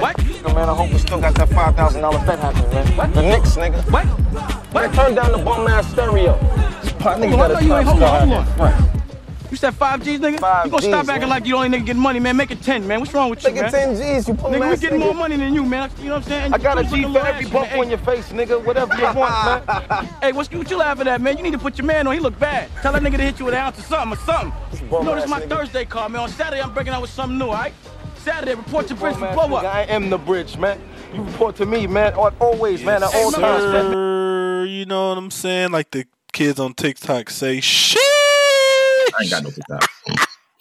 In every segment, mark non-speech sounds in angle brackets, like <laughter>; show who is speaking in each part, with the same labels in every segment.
Speaker 1: Nigga, man, I hope we still got that five thousand dollar bet happening, man. The Knicks, nigga.
Speaker 2: What?
Speaker 1: They turned down the bum ass stereo. Pop, nigga,
Speaker 2: Hold
Speaker 1: got
Speaker 2: on, I know
Speaker 1: his
Speaker 2: you ain't
Speaker 1: top
Speaker 2: hold on, hold
Speaker 1: star.
Speaker 2: on. You said five G's, nigga?
Speaker 1: Five
Speaker 2: you gonna stop
Speaker 1: Gs,
Speaker 2: acting
Speaker 1: man.
Speaker 2: like you the only nigga getting money, man. Make it ten, man. What's wrong with you,
Speaker 1: Nigga,
Speaker 2: man?
Speaker 1: ten G's, you pull
Speaker 2: Nigga, we
Speaker 1: ass
Speaker 2: getting
Speaker 1: nigga.
Speaker 2: more money than you, man. You know what I'm saying?
Speaker 1: I got a
Speaker 2: You
Speaker 1: G
Speaker 2: looking
Speaker 1: for
Speaker 2: little
Speaker 1: every
Speaker 2: ass,
Speaker 1: bump
Speaker 2: man.
Speaker 1: on your face, nigga. Whatever you want, <laughs> man.
Speaker 2: Hey, what's what you laughing at, man? You need to put your man on. He look bad. Tell that nigga to hit you with an ounce or something or something.
Speaker 1: bum
Speaker 2: You know
Speaker 1: ass
Speaker 2: this is my
Speaker 1: nigga.
Speaker 2: Thursday call, man. On Saturday I'm breaking out with something new, all right? Saturday, report your bridge
Speaker 1: Bum
Speaker 2: for
Speaker 1: ass
Speaker 2: blow
Speaker 1: nigga,
Speaker 2: up.
Speaker 1: I am the bridge, man. You report to me, man. al- Always, man. At all times, man.
Speaker 3: Sir, you know what I'm saying? Like the kids on TikTok say, shit.
Speaker 4: I ain't got no TikTok.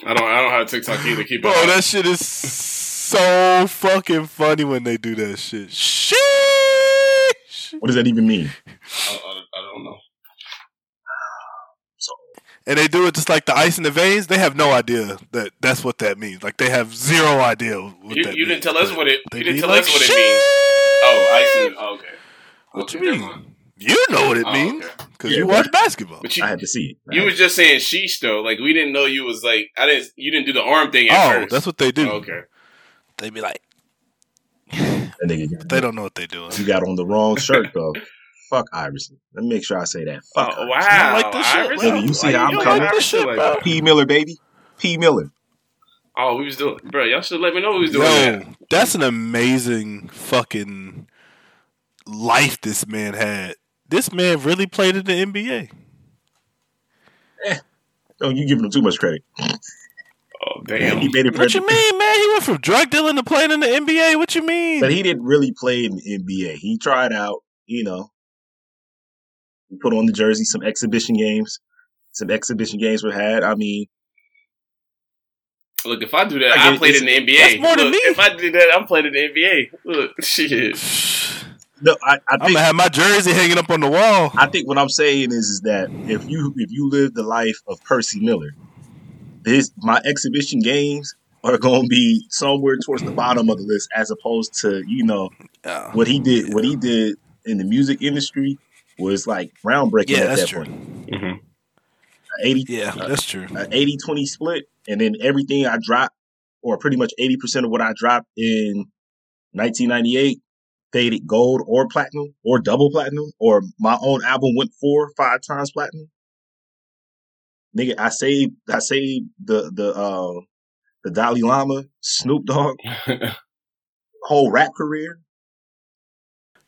Speaker 5: I don't. I don't have TikTok either. Keep
Speaker 3: Bro,
Speaker 5: it.
Speaker 3: that shit is so fucking funny when they do that shit. Sheesh.
Speaker 4: What does that even mean?
Speaker 5: I, I, I don't know.
Speaker 4: So
Speaker 3: And they do it just like the ice in the veins. They have no idea that that's what that means. Like they have zero idea what
Speaker 5: You,
Speaker 3: that
Speaker 5: you didn't
Speaker 3: means.
Speaker 5: tell us what it.
Speaker 3: They
Speaker 5: You
Speaker 3: be
Speaker 5: didn't tell
Speaker 3: like,
Speaker 5: us what it
Speaker 3: "Sheesh."
Speaker 5: means. Oh, I see. Oh, okay.
Speaker 3: What you
Speaker 5: Okay, never mind.
Speaker 3: mean? You know what it
Speaker 5: Oh,
Speaker 3: means
Speaker 5: okay.
Speaker 3: because
Speaker 4: Yeah,
Speaker 3: you
Speaker 4: but-
Speaker 3: watch basketball.
Speaker 5: But you,
Speaker 4: I had to see it.
Speaker 5: you was just saying sheesh though. Like we didn't know you was like. I didn't. You didn't do the arm thing. At
Speaker 3: Oh,
Speaker 5: first.
Speaker 3: that's what they do.
Speaker 5: Okay.
Speaker 3: They be like,
Speaker 4: that nigga got,
Speaker 3: they don't know what they're
Speaker 4: <laughs>
Speaker 3: doing.
Speaker 4: you got on the wrong shirt though. Fuck Iverson. Let me make sure I say that. Fuck. Iverson.
Speaker 5: Oh, wow.
Speaker 3: I like this shit,
Speaker 5: Iverson.
Speaker 4: bro. You see
Speaker 5: Why
Speaker 4: how I'm
Speaker 5: doing
Speaker 4: coming?
Speaker 5: Iverson like that?
Speaker 4: P Miller, baby. P Miller.
Speaker 5: Oh, we was doing, bro. Y'all should let me know we was doing
Speaker 3: Yo,
Speaker 5: that.
Speaker 3: that's an amazing fucking life this man had. This man really played in the NBA.
Speaker 4: Oh, you giving him too much credit.
Speaker 5: Oh,
Speaker 3: <laughs>
Speaker 4: He
Speaker 5: damn.
Speaker 4: made it for
Speaker 3: What you mean, man? He went from drug dealing to playing in the NBA. What you
Speaker 4: But
Speaker 3: mean?
Speaker 4: he didn't really play in the NBA. He tried out, you know. He put on the jersey, some exhibition games. Some exhibition games were had. I mean,
Speaker 5: Look, if I do that,
Speaker 4: I
Speaker 5: I,
Speaker 4: get-
Speaker 5: played in the NBA.
Speaker 3: that's more
Speaker 5: Look,
Speaker 3: than me.
Speaker 5: If I did that, I'm playing in the NBA. Look, <laughs> shit.
Speaker 4: no, I, I
Speaker 3: I'm
Speaker 4: think
Speaker 3: gonna have my jersey hanging up on the wall.
Speaker 4: I think what I'm saying is, is that if you if you live the life of Percy Miller, this my exhibition games are going to be somewhere towards the bottom of the list, as opposed to you know
Speaker 3: Yeah,
Speaker 4: what he did. What he did in the music industry was like groundbreaking
Speaker 3: yeah
Speaker 4: at
Speaker 3: that's
Speaker 4: that
Speaker 3: true.
Speaker 4: point. 80
Speaker 3: Yeah, that's true.
Speaker 4: an 80 20 split, and then everything I dropped, or pretty much 80% of what I dropped in 1998, faded gold or platinum or double platinum, or my own album went four, five times platinum. Nigga, I saved, I saved the, the, uh, the Dalai Lama, Snoop Dogg, whole rap career.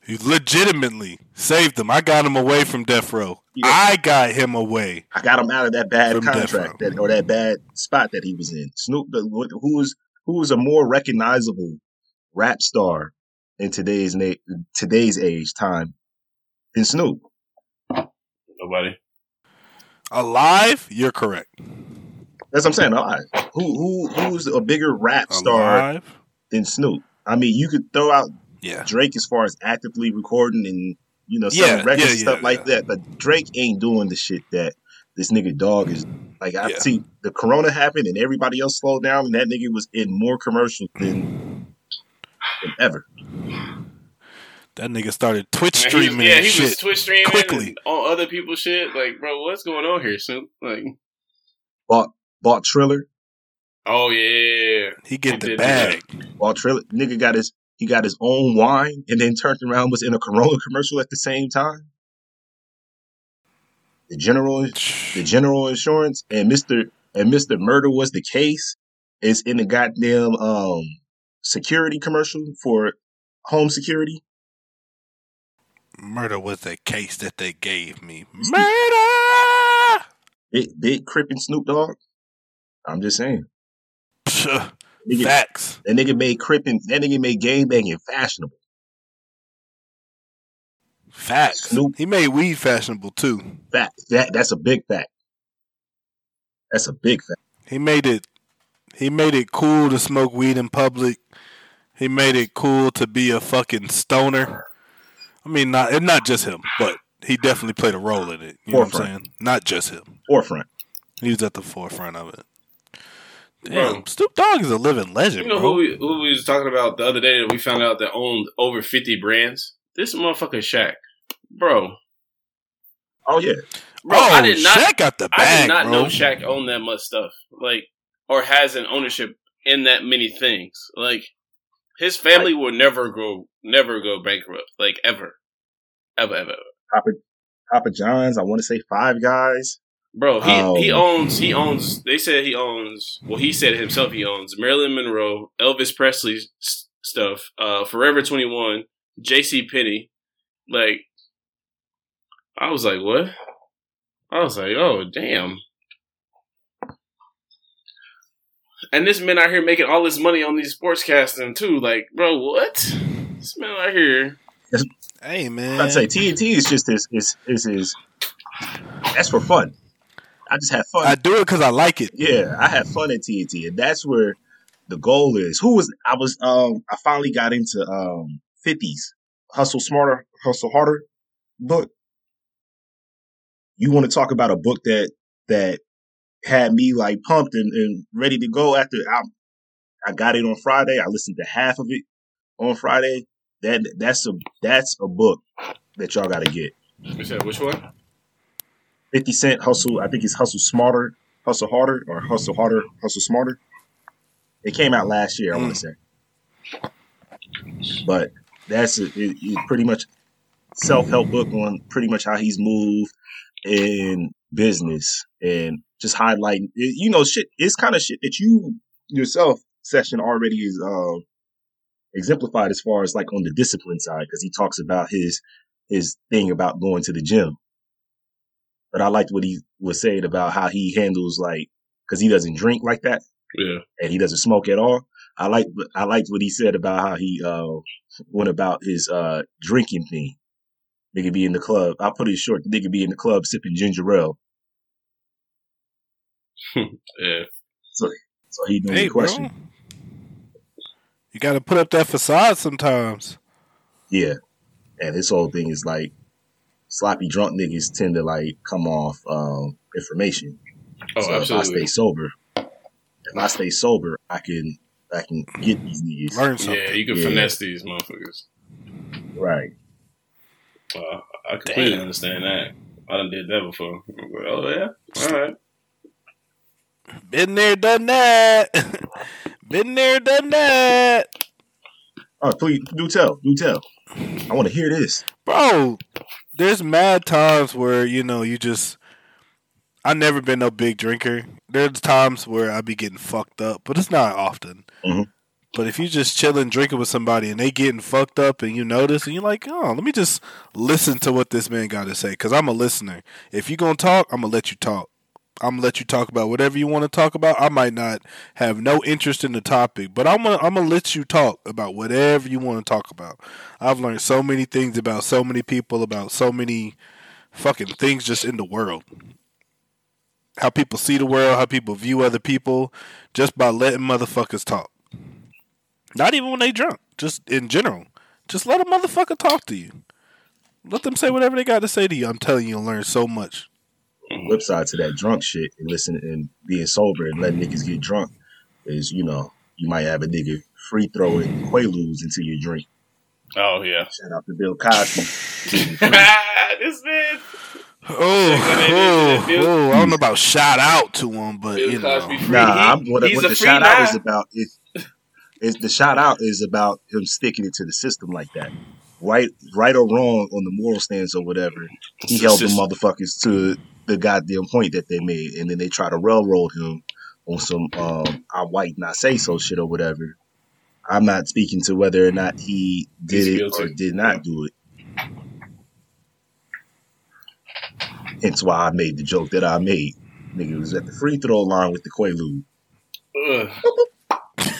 Speaker 3: You legitimately saved him. I got him away from death row.
Speaker 4: Yeah.
Speaker 3: I got him away.
Speaker 4: I got him out of that bad
Speaker 3: From Death
Speaker 4: contract
Speaker 3: Row.
Speaker 4: that, or that bad spot that he was in. Snoop, the- who was who is a more recognizable rap star in today's na- today's age time than Snoop.
Speaker 5: Nobody.
Speaker 3: Alive? You're correct.
Speaker 4: That's what I'm saying. Alive. Who who who's a bigger rap star
Speaker 3: Alive?
Speaker 4: than Snoop? I mean, you could throw out
Speaker 3: Yeah.
Speaker 4: Drake as far as actively recording and you know
Speaker 3: Yeah,
Speaker 4: selling records
Speaker 3: yeah,
Speaker 4: and stuff
Speaker 3: yeah,
Speaker 4: like
Speaker 3: yeah.
Speaker 4: that, but Drake ain't doing the shit that this nigga dog is. Like I
Speaker 3: Yeah.
Speaker 4: see the Corona happened and everybody else slowed down, and that nigga was in more commercials than, than ever.
Speaker 3: That nigga started Twitch
Speaker 5: Man, he was-
Speaker 3: streaming.
Speaker 5: yeah,
Speaker 3: and
Speaker 5: he
Speaker 3: shit.
Speaker 5: was Twitch streaming
Speaker 3: Quickly.
Speaker 5: and all other people's shit. Like, bro, what's going on here, Snoop? Like,
Speaker 4: Bought bought Triller,
Speaker 5: oh yeah,
Speaker 3: He get
Speaker 5: He
Speaker 3: the
Speaker 5: did
Speaker 3: bag.
Speaker 4: bought Triller. Nigga got his he got his own wine, and then turned around was in a Corona <laughs> commercial at the same time. The general the general insurance and Mister and Mister Murder was the case is in the goddamn um security commercial for home security.
Speaker 3: Murder was the case that they gave me. Murder.
Speaker 4: Big big Crip and Snoop Dogg. I'm just saying.
Speaker 3: Psh,
Speaker 4: Nigga,
Speaker 3: Facts.
Speaker 4: that nigga made crippin that nigga made game banging fashionable.
Speaker 3: Facts.
Speaker 4: Snoop.
Speaker 3: He made weed fashionable too.
Speaker 4: Fact. That that's a big fact. That's a big fact.
Speaker 3: He made it. He made it cool to smoke weed in public. He made it cool to be a fucking stoner. I mean, not and not just him, but he definitely played a role in it. You know what I'm
Speaker 4: Forefront.
Speaker 3: saying? Not just him.
Speaker 4: Forefront.
Speaker 3: He was at the forefront of it.
Speaker 5: Bro.
Speaker 3: Damn, Snoop Dogg is a living legend,
Speaker 5: you know
Speaker 3: bro.
Speaker 5: who we, who we was talking about the other day that we found out that owned over fifty brands. This motherfucker Shaq, bro,
Speaker 4: Oh yeah.
Speaker 5: bro,
Speaker 3: oh,
Speaker 5: I did not,
Speaker 3: Shaq got the bag,
Speaker 5: I did not
Speaker 3: bro.
Speaker 5: know Shaq owned that much stuff, like, or has an ownership in that many things. Like, His family will never go, never go bankrupt, like ever, ever, ever. ever.
Speaker 4: Papa, Papa John's. I want to say Five Guys.
Speaker 5: Bro, he
Speaker 4: Oh.
Speaker 5: he owns he owns. They said he owns. Well, he said himself he owns Marilyn Monroe, Elvis Presley s- stuff, uh, Forever Twenty One, J.C. Penney. Like, I was like, what? I was like, oh damn. And this man out here making all this money on these sportscasting too. Like, bro, what? This man out here.
Speaker 3: Hey man,
Speaker 4: I'd say TNT is just is is is is that's for fun. I just have fun.
Speaker 3: I do it because I like it.
Speaker 4: yeah, I have fun at TNT, and that's where the goal is. Who was I was um I finally got into um fifties hustle smarter, hustle harder book. You want to talk about a book that that had me like pumped and, and ready to go after I I got it on Friday. I listened to half of it on Friday. That that's a that's a book that y'all got to get.
Speaker 5: You said which one?
Speaker 4: 50 Cent Hustle, I think it's Hustle Smarter, Hustle Harder, or Hustle Harder, Hustle Smarter. It came out last year, I want to say. But that's a, it, it pretty much self help book on pretty much how he's moved in business and just highlighting, it, you know, shit. It's kind of shit that you yourself, Session, already is uh, exemplified as far as like on the discipline side because he talks about his his thing about going to the gym but I liked what he was saying about how he handles like because he doesn't drink like that
Speaker 5: Yeah.
Speaker 4: and he doesn't smoke at all. I like I liked what he said about how he uh, went about his uh, drinking thing. Nigga be in the club. I put it short. The nigga be in the club sipping ginger ale.
Speaker 5: Yeah.
Speaker 4: So he knew
Speaker 3: Hey
Speaker 4: the question.
Speaker 3: bro, you got to put up that facade sometimes.
Speaker 4: Yeah. And his whole thing is like sloppy drunk niggas tend to like come off um, information.
Speaker 5: Oh,
Speaker 4: so if I
Speaker 5: absolutely.
Speaker 4: stay sober, if I stay sober, I can I can get these niggas.
Speaker 3: Learn something.
Speaker 5: Yeah, you can
Speaker 4: Yeah.
Speaker 5: finesse these motherfuckers.
Speaker 4: Right.
Speaker 5: Wow, I completely understand that. I done did that before. I'm like, oh yeah, all right.
Speaker 3: Been there, done that. <laughs> Been there, done that,
Speaker 4: Oh, please do tell, do tell. I want to hear this.
Speaker 3: bro. There's mad times where you know you just. I never been no big drinker. There's times where I be getting fucked up, but it's not often.
Speaker 4: Mhm.
Speaker 3: But if you just chilling, drinking with somebody, and they getting fucked up, and you notice, and you're like, oh, let me just listen to what this man got to say, because I'm a listener. If you gonna talk, I'm gonna let you talk. I'm gonna let you talk about whatever you want to talk about. I might not have no interest in the topic, but I'm gonna I'm gonna let you talk about whatever you want to talk about. I've learned so many things about so many people, about so many fucking things just in the world. How people see the world, how people view other people, just by letting motherfuckers talk. Not even when they drunk, just in general. Just let a motherfucker talk to you. Let them say whatever they got to say to you. I'm telling you, you'll learn so much.
Speaker 4: Flip side to that drunk shit and listen and being sober and letting niggas get drunk is, you know, you might have a nigga free throwing quaaludes into your drink.
Speaker 5: Oh yeah.
Speaker 4: Shout out to Bill Cosby.
Speaker 5: <laughs> this man,
Speaker 3: Oh,
Speaker 5: Second innings,
Speaker 3: oh,
Speaker 5: Bill-
Speaker 3: oh, I don't know about shout out to him, but
Speaker 5: Bill
Speaker 3: you know,
Speaker 5: Cosby, free.
Speaker 4: Nah,
Speaker 5: He-
Speaker 4: I'm what,
Speaker 5: he's
Speaker 4: what
Speaker 5: a
Speaker 4: the
Speaker 5: free
Speaker 4: shout out is
Speaker 5: man.
Speaker 4: about. Is, is the shout out is about him sticking it to the system like that, right? Right or wrong on the moral stance or whatever, he
Speaker 5: It's a
Speaker 4: held the
Speaker 5: system.
Speaker 4: motherfuckers to the goddamn point that they made, and then they try to railroad him on some um, "I white not say so" shit or whatever. I'm not speaking to whether or not he did
Speaker 5: He's
Speaker 4: it
Speaker 5: guilty.
Speaker 4: or did
Speaker 5: Yeah.
Speaker 4: not do it. Hence why I made the joke that I made. Nigga was at the free throw line with the Quaalude. <laughs>
Speaker 5: Ugh.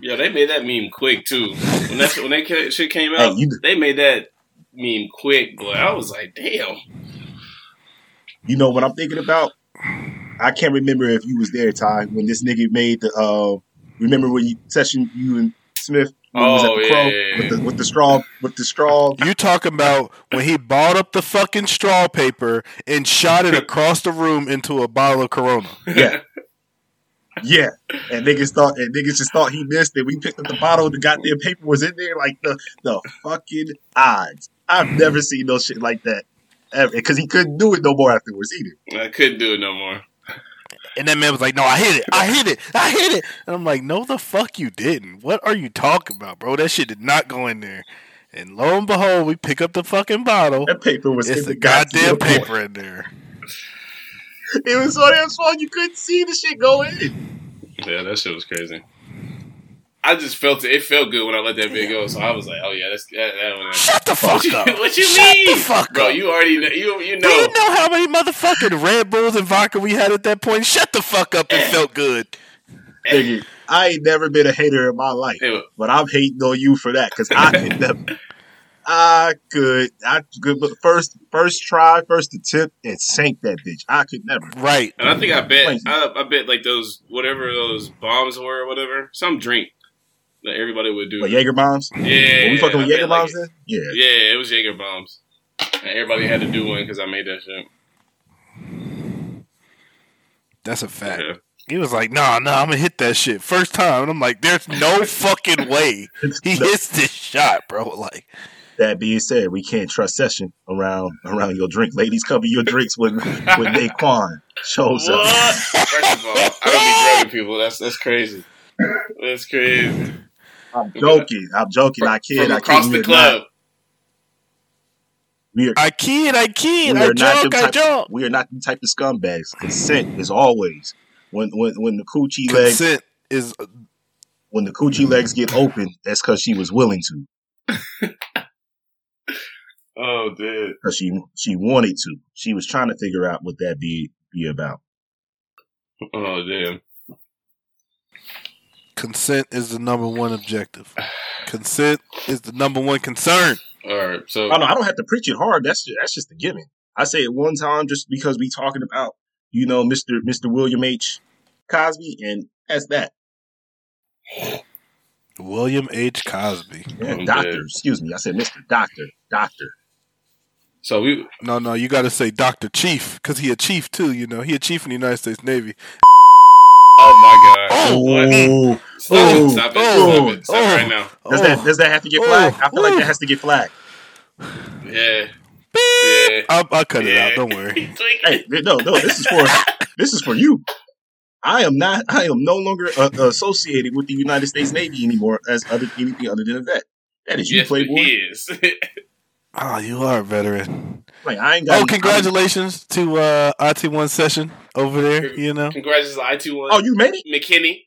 Speaker 5: yeah, they made that meme quick too. When that when that ca- shit came
Speaker 4: Hey,
Speaker 5: out,
Speaker 4: you
Speaker 5: they made that meme quick, boy. I was like, damn.
Speaker 4: you know what I'm thinking about? I can't remember if you was there, Ty, when this nigga made the. Uh, remember when you session you and Smith when he was at
Speaker 5: Oh,
Speaker 4: the
Speaker 5: yeah,
Speaker 4: crow
Speaker 5: yeah, yeah.
Speaker 4: with the with the straw with the straw.
Speaker 3: you talking about when he balled up the fucking straw paper and shot it across the room into a bottle of Corona.
Speaker 4: Yeah, <laughs> yeah. And niggas thought and niggas just thought he missed it. We picked up the bottle. The goddamn paper was in there. Like the the fucking odds. I've
Speaker 3: Mm.
Speaker 4: never seen no shit like that ever. Because he couldn't do it no more afterwards either.
Speaker 5: I couldn't do it no more.
Speaker 3: And that man was like, "No, I hit it. I hit it. I hit it." And I'm like, "No, the fuck you didn't. What are you talking about, bro? That shit did not go in there." And lo and behold, we pick up the fucking bottle.
Speaker 4: That paper was
Speaker 3: It's
Speaker 4: in the
Speaker 3: the goddamn
Speaker 4: point.
Speaker 3: paper in there.
Speaker 4: It was so damn small you couldn't see the shit go in.
Speaker 5: Yeah, that shit was crazy. I just felt it. It felt good when I let that bit go, so I was like, "Oh yeah, that's that, that one."
Speaker 3: Shut the fuck
Speaker 5: <laughs> What you,
Speaker 3: up.
Speaker 5: what you
Speaker 3: Shut
Speaker 5: mean,
Speaker 3: the fuck
Speaker 5: bro?
Speaker 3: up.
Speaker 5: You already know. You you
Speaker 3: Do
Speaker 5: know.
Speaker 3: you know how many motherfucking Red Bulls and vodka we had at that point? Shut the fuck up. It felt good.
Speaker 4: Nigga, I ain't never been a hater in my life,
Speaker 5: Hey, look,
Speaker 4: but I'm hating on you for that
Speaker 3: <laughs>
Speaker 4: because I could never. I could, I could, but first, first try, first attempt, and sank that bitch. I could never.
Speaker 3: Right.
Speaker 5: And I think I bet
Speaker 4: Wait.
Speaker 5: I, I bet like those whatever those bombs were or whatever some drink that everybody would do.
Speaker 4: But Jaeger bombs,
Speaker 5: yeah,
Speaker 4: Were we fucking with
Speaker 5: I bet,
Speaker 4: Jaeger
Speaker 5: like,
Speaker 4: bombs then? Yeah. <laughs>
Speaker 5: Yeah, it was Jaeger bombs. And everybody had to do one because I made that shit.
Speaker 3: That's a fact.
Speaker 5: Yeah.
Speaker 3: He was like, nah, nah, I'm gonna hit that shit first time. And I'm like, there's
Speaker 4: <laughs>
Speaker 3: no fucking way he
Speaker 4: No.
Speaker 3: hits this shot, bro. Like,
Speaker 4: That being said, we can't trust session around around your drink. Ladies, cover your drinks when when Daquan shows up.
Speaker 5: What? First of all, I don't be drugging people. That's that's crazy. That's crazy.
Speaker 4: I'm joking. I'm joking. I kid.
Speaker 5: From
Speaker 4: I kid.
Speaker 5: across
Speaker 4: We
Speaker 5: the
Speaker 4: are
Speaker 5: club.
Speaker 4: Not, we are,
Speaker 3: I kid, I kid,
Speaker 4: we
Speaker 3: I
Speaker 4: are not them
Speaker 3: joke, I
Speaker 4: type.
Speaker 3: joke.
Speaker 4: we are not the type of scumbags. Consent is always when when when the coochie legs
Speaker 3: Consent is
Speaker 4: when the coochie legs get open. That's because she was willing to.
Speaker 5: Oh, dude.
Speaker 4: Because she she wanted to. She was trying to figure out what that be be about.
Speaker 5: Oh, damn.
Speaker 3: consent is the number one objective. Consent is the number one concern.
Speaker 5: All right. So,
Speaker 4: Oh no, I don't have to preach it hard. That's just, that's just a given. I say it one time just because we talking about you know Mister Mister William H. Cosby, and that's that.
Speaker 3: William H. Cosby.
Speaker 5: I'm
Speaker 4: doctor,
Speaker 5: dead.
Speaker 4: excuse me, I said Mister Doctor, Doctor.
Speaker 5: so we.
Speaker 3: No, no, you gotta say Doctor Chief, because he a chief too, you know. He a chief in the United States Navy.
Speaker 5: Oh my god.
Speaker 3: Oh.
Speaker 5: What?
Speaker 4: Ooh,
Speaker 5: Stop
Speaker 4: Ooh.
Speaker 5: it! Stop it!
Speaker 4: Ooh.
Speaker 5: Stop it! Stop it right now.
Speaker 4: does
Speaker 3: Oh.
Speaker 4: that does that have to get
Speaker 3: Oh.
Speaker 4: flagged? I feel like
Speaker 3: Ooh.
Speaker 4: that has to get flagged.
Speaker 5: Yeah.
Speaker 3: Beep.
Speaker 5: Yeah.
Speaker 3: I'll, I'll cut it
Speaker 5: yeah.
Speaker 3: out. Don't
Speaker 5: <laughs>
Speaker 3: worry.
Speaker 5: He tweaking.
Speaker 4: Hey, no, no, this is for this is for you. I am not. I am no longer uh, associated with the United States Navy anymore as other anything other than a vet. That is you,
Speaker 5: Yes,
Speaker 4: playboy.
Speaker 5: he is. <laughs>
Speaker 3: Oh, you are a veteran.
Speaker 4: Like I ain't got.
Speaker 3: Oh, congratulations to uh, IT1 Session over there, you know.
Speaker 5: Congratulations, I two one.
Speaker 4: Oh, you made it.
Speaker 5: McKinney.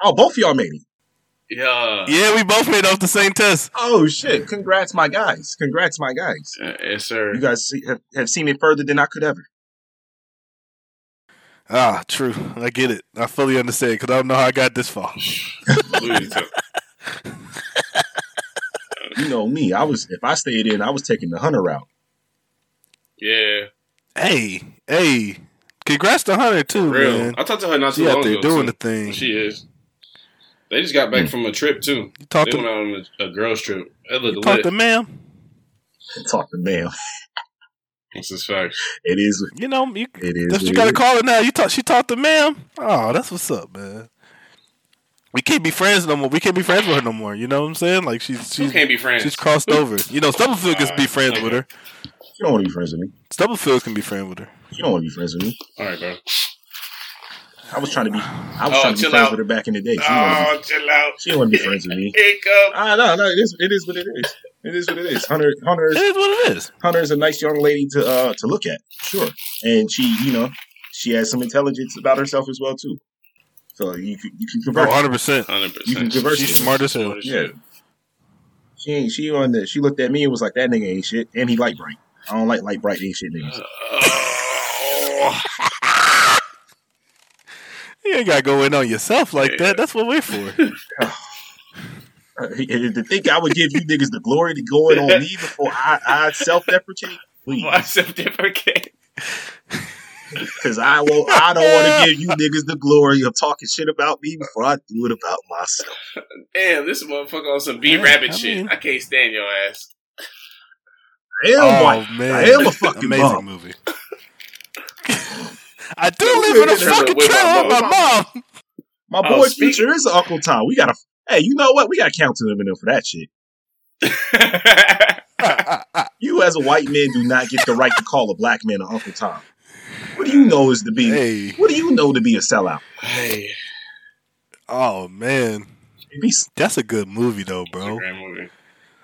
Speaker 4: Oh, both of y'all made it.
Speaker 5: Yeah.
Speaker 3: Yeah, we both made off the same test.
Speaker 4: Oh shit! Congrats, my guys. Congrats, my guys.
Speaker 5: Uh, yes, sir.
Speaker 4: You guys see, have, have seen it further than I could ever.
Speaker 3: Ah, true. I get it. I fully understand because I don't know how I got this far.
Speaker 5: Lose it.
Speaker 4: You know me. I was if I stayed in, I was taking the hunter route.
Speaker 5: yeah.
Speaker 3: Hey, hey, congrats to Hunter too,
Speaker 5: Real.
Speaker 3: Oh, man.
Speaker 5: I talked to her not too
Speaker 3: She out
Speaker 5: long
Speaker 3: there
Speaker 5: ago.
Speaker 3: doing the
Speaker 5: too.
Speaker 3: thing.
Speaker 5: She is. They just got back from a trip too.
Speaker 3: You talked
Speaker 5: They
Speaker 3: to,
Speaker 5: went out on a, a girls trip. That
Speaker 3: you
Speaker 5: looked
Speaker 3: talked
Speaker 5: lit.
Speaker 3: to ma'am.
Speaker 4: Talk to ma'am.
Speaker 5: That's his facts.
Speaker 4: <laughs> It is.
Speaker 3: You know, you,
Speaker 4: It is.
Speaker 3: that's what
Speaker 4: what
Speaker 3: you
Speaker 4: it
Speaker 3: gotta
Speaker 4: is.
Speaker 3: call it now. You talk. She talked to ma'am. Oh, that's what's up, man. We can't be friends no more. We can't be friends with her no more. You know what I'm saying? Like she's
Speaker 5: Who
Speaker 3: she's
Speaker 5: can't be friends?
Speaker 3: she's crossed over. You know, Stubblefield can be friends with her.
Speaker 4: You don't want to be friends with me.
Speaker 3: Stubblefield can be friends with her.
Speaker 4: You don't want to be friends with me.
Speaker 5: All right, bro.
Speaker 4: I was trying to be. I was
Speaker 5: Oh,
Speaker 4: trying to be
Speaker 5: chill
Speaker 4: friends
Speaker 5: out.
Speaker 4: with her back in the day. She didn't wanna be-
Speaker 5: Oh, chill out.
Speaker 4: she didn't want to be friends with me.
Speaker 5: <laughs> Pick up.
Speaker 4: Ah, no, no. It is. It is what it is. It is what it is. Hunter. Hunter
Speaker 3: It
Speaker 4: is.
Speaker 3: is what it is.
Speaker 4: Hunter is a nice young lady to uh to look at. Sure, and she, you know, she has some intelligence about herself as well too. So you can, you can
Speaker 3: Oh,
Speaker 4: convert.
Speaker 3: 100 percent.
Speaker 5: Hundred
Speaker 4: You can
Speaker 5: percent.
Speaker 4: convert.
Speaker 3: She's
Speaker 4: her.
Speaker 3: smart as hell.
Speaker 4: Yeah. She ain't, she on the she looked at me and was like, That nigga ain't shit. And he light bright. I don't like light bright ain't shit
Speaker 5: Uh.
Speaker 4: niggas.
Speaker 5: Oh.
Speaker 3: You ain't gotta go in on yourself like
Speaker 5: Yeah.
Speaker 3: that. That's what
Speaker 5: <laughs>
Speaker 3: we're for.
Speaker 4: Uh, he- and to think I would give you niggas the glory to go in on me before I, I self deprecate,
Speaker 3: <laughs>
Speaker 4: please.
Speaker 5: Myself different.
Speaker 4: Because I will I don't want to give you niggas the glory of talking shit about me before I do it about myself.
Speaker 5: Damn, this motherfucker on some B
Speaker 3: Yeah,
Speaker 5: rabbit
Speaker 3: I
Speaker 5: shit.
Speaker 3: mean-
Speaker 5: I can't stand your
Speaker 3: <laughs>
Speaker 5: ass.
Speaker 4: I am white.
Speaker 3: Oh, man,
Speaker 4: I am a fucking
Speaker 3: amazing
Speaker 4: bum.
Speaker 3: movie. I do
Speaker 4: Yeah,
Speaker 3: live in a
Speaker 4: yeah, yeah,
Speaker 3: fucking
Speaker 5: with my
Speaker 3: trailer with my
Speaker 4: mom.
Speaker 3: mom.
Speaker 4: My
Speaker 5: Oh,
Speaker 4: boy
Speaker 5: speak-
Speaker 4: Future is Uncle Tom. We gotta hey, you know what? We gotta count to him and him for that shit. You as a white man do not get the right to call a black man an Uncle Tom. What do you know is to be?
Speaker 3: Hey.
Speaker 4: What do you know to be a sellout?
Speaker 5: Hey,
Speaker 3: Oh man,
Speaker 4: Be
Speaker 3: that's a good movie though,
Speaker 5: it's a
Speaker 3: bro.
Speaker 5: great movie.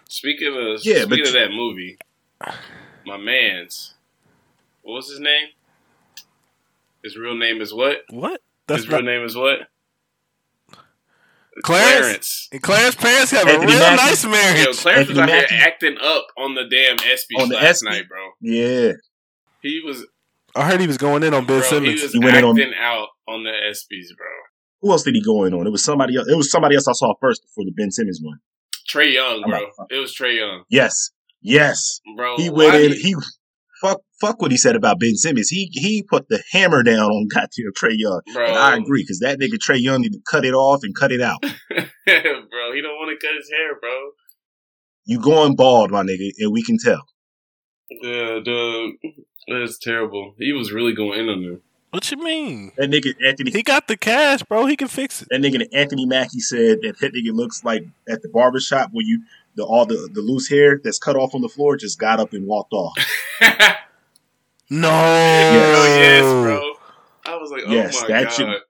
Speaker 5: Speaking of
Speaker 4: Yeah, but
Speaker 5: speaking
Speaker 4: you-
Speaker 5: of that movie, my man's what was his name? His real name is what?
Speaker 3: What? That's
Speaker 5: his real
Speaker 3: not-
Speaker 5: name is what?
Speaker 3: Clarence.
Speaker 5: Clarence.
Speaker 3: And Clarence parents have a
Speaker 4: Anthony
Speaker 3: real
Speaker 4: Mackie.
Speaker 3: nice marriage.
Speaker 5: Yo, Clarence was
Speaker 4: Anthony
Speaker 5: out here
Speaker 4: Mackie.
Speaker 5: acting up on the damn S speech
Speaker 4: On the
Speaker 5: last
Speaker 4: ESPY.
Speaker 5: night, bro.
Speaker 4: yeah.
Speaker 5: He was,
Speaker 3: I heard he was going in on Ben
Speaker 5: bro, he
Speaker 3: Simmons.
Speaker 5: was
Speaker 4: He went in on-
Speaker 5: acting out on the ESPYS, bro.
Speaker 4: Who else did he go in on? It was somebody else. It was somebody else I saw first before the Ben Simmons one.
Speaker 5: Trey Young,
Speaker 4: I'm
Speaker 5: bro.
Speaker 4: not-
Speaker 5: It was Trey Young,
Speaker 4: Yes. Yes.
Speaker 5: bro.
Speaker 4: He went
Speaker 5: Oh, why
Speaker 4: in.
Speaker 5: did-
Speaker 4: He fuck fuck what he said about Ben Simmons. He he put the hammer down on <laughs> goddamn Trey Young.
Speaker 5: bro.
Speaker 4: And I agree because that nigga Trey Young need to cut it off and cut it out.
Speaker 5: <laughs> bro, he don't want to cut his hair, bro.
Speaker 4: You going bald, my nigga, and we can tell.
Speaker 5: Yeah, dude, that's terrible. He was really going in on him.
Speaker 3: What you mean?
Speaker 4: That nigga Anthony.
Speaker 3: He got the cash, bro. He can fix it.
Speaker 4: That nigga Anthony Mackie said that that nigga looks like at the barber shop where you the all the, the loose hair that's cut off on the floor just got up and walked off.
Speaker 3: No.
Speaker 5: <laughs> Oh yes, bro. I was like, oh
Speaker 4: Yes,
Speaker 5: my
Speaker 4: that
Speaker 5: god.
Speaker 4: shouldn't-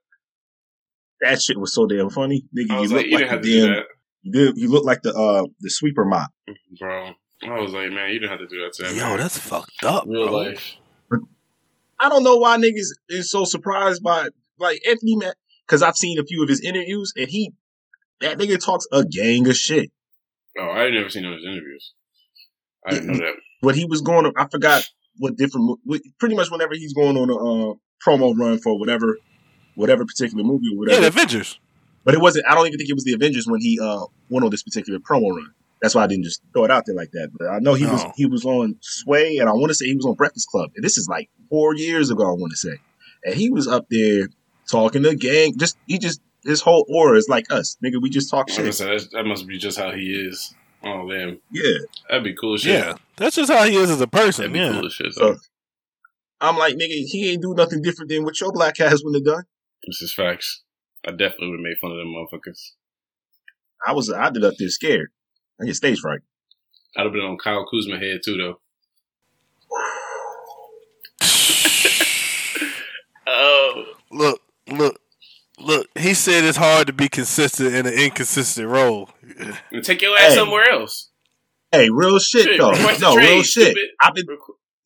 Speaker 4: That shit was so damn funny, nigga.
Speaker 5: I
Speaker 4: You
Speaker 5: was
Speaker 4: look like,
Speaker 5: like, you didn't have to
Speaker 4: the
Speaker 5: do
Speaker 4: damn,
Speaker 5: that,
Speaker 4: you, did- you look like the uh the sweeper mop.
Speaker 5: bro. I was like, man, you didn't have to do that to that.
Speaker 3: Yo,
Speaker 5: man.
Speaker 3: that's fucked up,
Speaker 5: real
Speaker 3: bro.
Speaker 5: life.
Speaker 4: I don't know why niggas is so surprised by like Anthony Mack because I've seen a few of his interviews and he that nigga talks a gang of shit.
Speaker 5: Oh, I never seen those interviews. I didn't know that.
Speaker 4: But he was going, I forgot what different, mo- what- pretty much whenever he's going on a uh, promo run for whatever, whatever particular movie or
Speaker 3: Yeah,
Speaker 4: whatever.
Speaker 3: the Avengers.
Speaker 4: But it wasn't. I don't even think it was the Avengers when he uh went on this particular promo run. That's why I didn't just throw it out there like that. But I know he was
Speaker 3: No.
Speaker 4: he was on Sway, and I want to say he was on Breakfast Club. And this is like four years ago. I want to say, and he was up there talking to gang. Just he just his whole aura is like us, nigga. We just talk
Speaker 5: Like I
Speaker 4: shit.
Speaker 5: said, that's, that must be just how he is. Oh damn,
Speaker 4: Yeah.
Speaker 5: that'd be cool as shit.
Speaker 3: Yeah. That's just how he is as a
Speaker 5: that'd
Speaker 3: person.
Speaker 5: be
Speaker 3: Yeah.
Speaker 5: cool as shit. Though.
Speaker 4: So- I'm like, nigga, he ain't do nothing different than what your black ass would have done.
Speaker 5: This is facts. I definitely would have made fun of them motherfuckers.
Speaker 4: I was I did up there scared. I get stage fright.
Speaker 5: I'd have been on Kyle Kuzma head too, though. <laughs> Oh,
Speaker 3: Look, look, look. He said it's hard to be consistent in an inconsistent role.
Speaker 5: and take your ass
Speaker 4: Hey.
Speaker 5: somewhere else.
Speaker 4: Hey, real shit
Speaker 5: Shit, <laughs>
Speaker 4: though.
Speaker 5: request a
Speaker 4: No,
Speaker 5: trade,
Speaker 4: real shit.
Speaker 5: stupid.
Speaker 4: I've been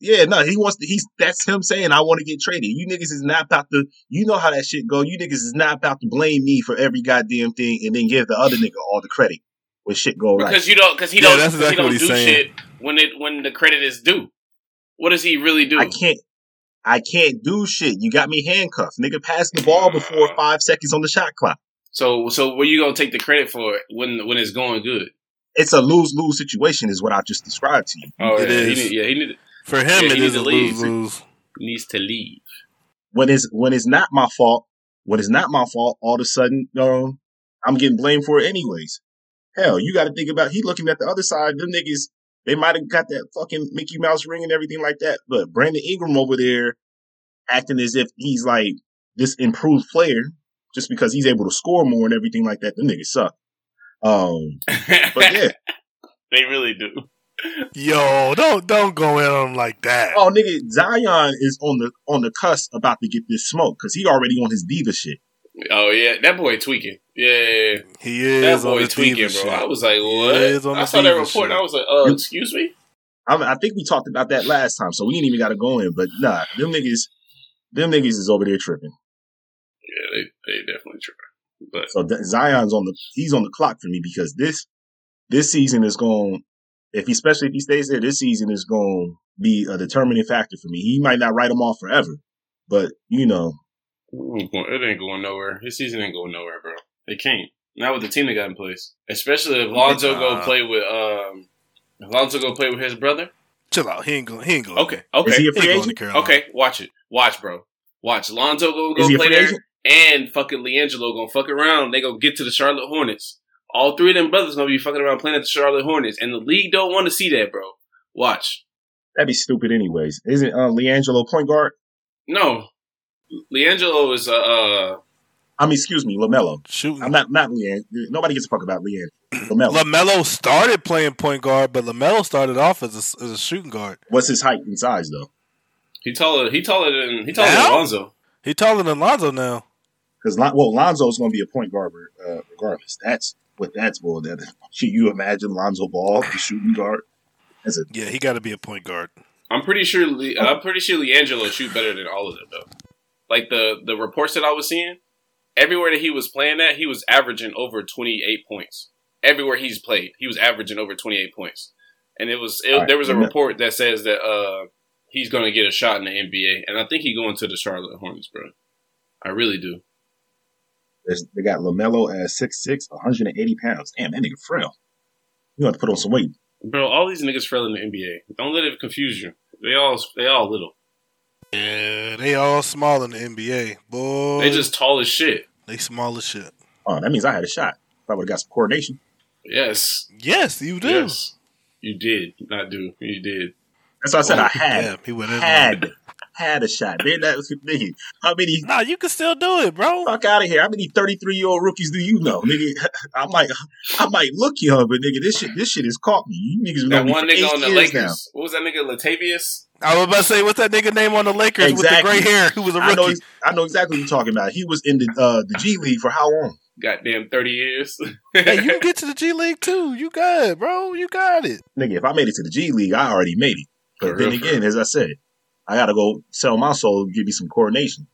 Speaker 4: Yeah, no, he wants to. He's that's him saying I want to get traded. You niggas is not about to. You know how that shit go. You niggas is not about to blame me for every goddamn thing and then give the other nigga all the credit when shit go right.
Speaker 5: Because you don't, because he
Speaker 3: Yeah,
Speaker 5: don't,
Speaker 3: that's
Speaker 5: 'cause he
Speaker 3: exactly
Speaker 5: don't
Speaker 3: what
Speaker 5: do
Speaker 3: he's saying.
Speaker 5: shit when it when the credit is due. What does he really do?
Speaker 4: I can't. I can't do shit. You got me handcuffed, nigga. Pass the ball before five seconds on the shot clock.
Speaker 5: So so what you gonna take the credit for it when when it's going good?
Speaker 4: It's a lose lose situation, is what I've just described to you.
Speaker 5: Oh
Speaker 3: It
Speaker 5: yeah,
Speaker 3: is.
Speaker 5: He need, yeah, he need,
Speaker 3: For him,
Speaker 5: Yeah,
Speaker 3: it
Speaker 5: he
Speaker 3: is
Speaker 5: need
Speaker 3: a
Speaker 5: to leave.
Speaker 3: lose lose.
Speaker 5: needs to leave.
Speaker 4: When it's when it's not my fault. When it's not my fault, all of a sudden, um, I'm getting blamed for it anyways. Hell, you got to think about he looking at the other side. Them niggas, they might have got that fucking Mickey Mouse ring and everything like that. But Brandon Ingram over there acting as if he's like this improved player just because he's able to score more and everything like that. Them niggas suck. Um,
Speaker 5: <laughs>
Speaker 4: but yeah,
Speaker 5: they really do.
Speaker 3: Yo, don't don't go in on him like that.
Speaker 4: oh nigga, Zion is on the on the cusp about to get this smoke because he already on his diva shit.
Speaker 5: Oh yeah, that boy tweaking. Yeah, yeah, yeah.
Speaker 3: He is
Speaker 5: that
Speaker 3: on
Speaker 5: boy
Speaker 3: the
Speaker 5: tweaking,
Speaker 3: tweaking,
Speaker 5: bro. I was like,
Speaker 3: is on
Speaker 5: what?
Speaker 3: the
Speaker 5: I saw that
Speaker 3: diva
Speaker 5: report. and
Speaker 3: shit.
Speaker 5: I was like, uh, excuse me.
Speaker 4: I, mean, I think we talked about that last time, so we ain't even got to go in. But nah, them niggas, them niggas is over there tripping.
Speaker 5: Yeah, they they definitely try. But
Speaker 4: So that- Zion's on the he's on the clock for me because this this season is going if he especially if he stays there this season is going to be a determining factor for me. He might not write him off forever, but you know
Speaker 5: it ain't going nowhere. His season ain't going nowhere, bro. They can't. Not with the team they got in place. Especially if Lonzo go
Speaker 3: Nah.
Speaker 5: play with um if Lonzo go play with his brother.
Speaker 3: Chill out. He ain't going. He ain't going.
Speaker 5: Okay. Okay.
Speaker 4: is he a
Speaker 3: He ain't
Speaker 4: free
Speaker 3: going to
Speaker 4: agent?
Speaker 3: Carolina.
Speaker 5: okay, watch it. Watch, bro. Watch. Lonzo go
Speaker 4: Is
Speaker 5: go
Speaker 4: he a
Speaker 5: play
Speaker 4: free
Speaker 5: there
Speaker 4: agent?
Speaker 5: and fucking Leangelo gonna fuck around. They gonna get to the Charlotte Hornets. All three of them brothers gonna be fucking around playing at the Charlotte Hornets. And the league don't wanna see that, bro. Watch.
Speaker 4: That'd be stupid anyways. Isn't uh, Leangelo point guard?
Speaker 5: No. Leangelo is uh, uh
Speaker 4: I mean, excuse me, Lamelo.
Speaker 3: Shooting.
Speaker 4: I'm not not Leang. Nobody gives a fuck about Leangelo. Lamelo.
Speaker 3: Lamelo started playing point guard, but Lamelo started off as a, as a shooting guard.
Speaker 4: What's his height and size though?
Speaker 5: He taller. He taller than he taller than
Speaker 3: Now?
Speaker 5: Alonzo.
Speaker 3: He taller than Lonzo now.
Speaker 4: Because Lon- well, Lonzo's going to be a point guard uh, regardless. That's what that's boiled down. to. <laughs> Can you imagine Lonzo Ball, the shooting guard, as a
Speaker 3: Yeah, he got to be a point guard.
Speaker 5: I'm pretty sure. Le-
Speaker 4: Oh.
Speaker 5: I'm pretty sure Leangelo shoot better than all of them though. Like the the reports that I was seeing, everywhere that he was playing at, he was averaging over 28 points. Everywhere he's played, he was averaging over 28 points. And it was it,
Speaker 4: All right,
Speaker 5: there was a
Speaker 4: yeah.
Speaker 5: report that says that uh he's going to get a shot in the NBA, and I think he going to the Charlotte Hornets, bro. I really do.
Speaker 4: There's, they got LaMelo at 6'6", 180 pounds. Damn, that nigga frail. You have to put on some weight.
Speaker 5: Bro, all these niggas fell in the NBA. Don't let it confuse you. They all they all little.
Speaker 3: Yeah, they all small in the NBA. Boy,
Speaker 5: They just tall as shit.
Speaker 3: they small as shit.
Speaker 4: Oh, that means I had a shot. If I would have got some coordination.
Speaker 5: Yes.
Speaker 3: Yes, you do.
Speaker 5: Yes. You did not do. You did.
Speaker 4: That's why I said I
Speaker 3: Oh, Damn,
Speaker 4: had.
Speaker 3: he went in. on
Speaker 4: Had. Had a shot. Man, that was, nigga, how many...
Speaker 3: it. Nah, you can still do it, bro.
Speaker 4: Fuck out of here. How many 33-year-old rookies do you know, nigga? <laughs> I might, I might look young, but nigga, this shit, this shit has caught me. You niggas know
Speaker 5: That
Speaker 4: me
Speaker 5: one
Speaker 4: for eight
Speaker 5: nigga on the
Speaker 4: years
Speaker 5: Lakers.
Speaker 4: now.
Speaker 5: What was that nigga Latavius?
Speaker 3: I was about to say, what's that nigga name on the Lakers
Speaker 4: Exactly.
Speaker 3: with the gray hair? <laughs> Who was a
Speaker 4: I know,
Speaker 3: rookie?
Speaker 4: ex- I know exactly what you're talking about. He was in the uh, the G League for how long?
Speaker 5: Goddamn, thirty years. <laughs>
Speaker 3: hey, you can get to the G League too. You got it, bro. You got it.
Speaker 4: Nigga, if I made it to the G League, I already made it. But
Speaker 5: For
Speaker 4: then
Speaker 5: real, for
Speaker 4: again, as I said, I gotta go sell my soul and give me some coordination.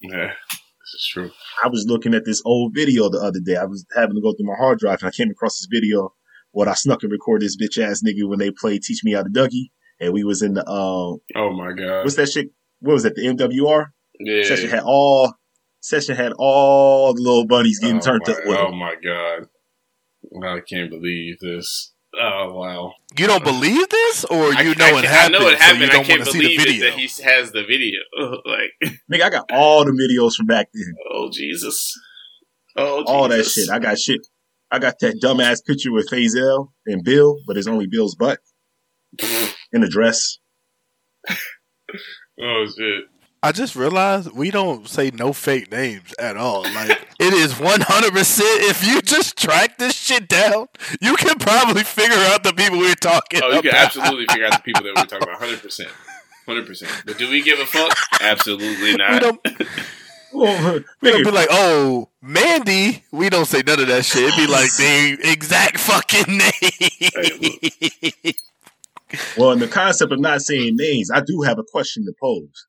Speaker 5: yeah, this is true.
Speaker 4: I was looking at this old video the other day. I was having to go through my hard drive and I came across this video where I snuck and recorded this bitch ass nigga when they played Teach Me How to Dougie. And we was in the uh,
Speaker 5: Oh my god.
Speaker 4: what's that shit? What was that? The MWR
Speaker 5: Yeah.
Speaker 4: session had all session had all the little bunnies getting
Speaker 5: oh
Speaker 4: turned
Speaker 5: my,
Speaker 4: up.
Speaker 5: Oh
Speaker 4: Well,
Speaker 5: my god. I can't believe this. Oh wow.
Speaker 3: You don't believe this, or
Speaker 5: I-
Speaker 3: you
Speaker 5: I,
Speaker 3: know it
Speaker 5: I
Speaker 3: happened,
Speaker 5: know it
Speaker 3: so you
Speaker 5: happened. I
Speaker 3: don't
Speaker 5: can't
Speaker 3: want to see the
Speaker 5: believe it,
Speaker 3: video.
Speaker 5: that he has the video. <laughs> like,
Speaker 4: nigga, I got all the videos from back then.
Speaker 5: oh Jesus. Oh Jesus.
Speaker 4: all that shit. I got shit. I got that dumbass picture with Faisal and Bill, but it's only Bill's butt in a dress.
Speaker 5: <laughs> oh shit.
Speaker 3: I just realized we don't say no fake names at all.
Speaker 5: <laughs>
Speaker 3: Like it is one hundred percent. If you just track this shit down, you can probably figure out the people we're talking.
Speaker 5: Oh, you can
Speaker 3: about.
Speaker 5: absolutely figure out the people that we're talking about. Hundred percent. Hundred percent. But do we give a fuck?
Speaker 4: <laughs>
Speaker 5: Absolutely
Speaker 3: We
Speaker 5: not.
Speaker 3: don't, <laughs> we don't be like, oh, Mandy. We don't say none of that shit. It'd be like the exact fucking <laughs> name.
Speaker 4: well, in the concept of not saying names, I do have a question to pose.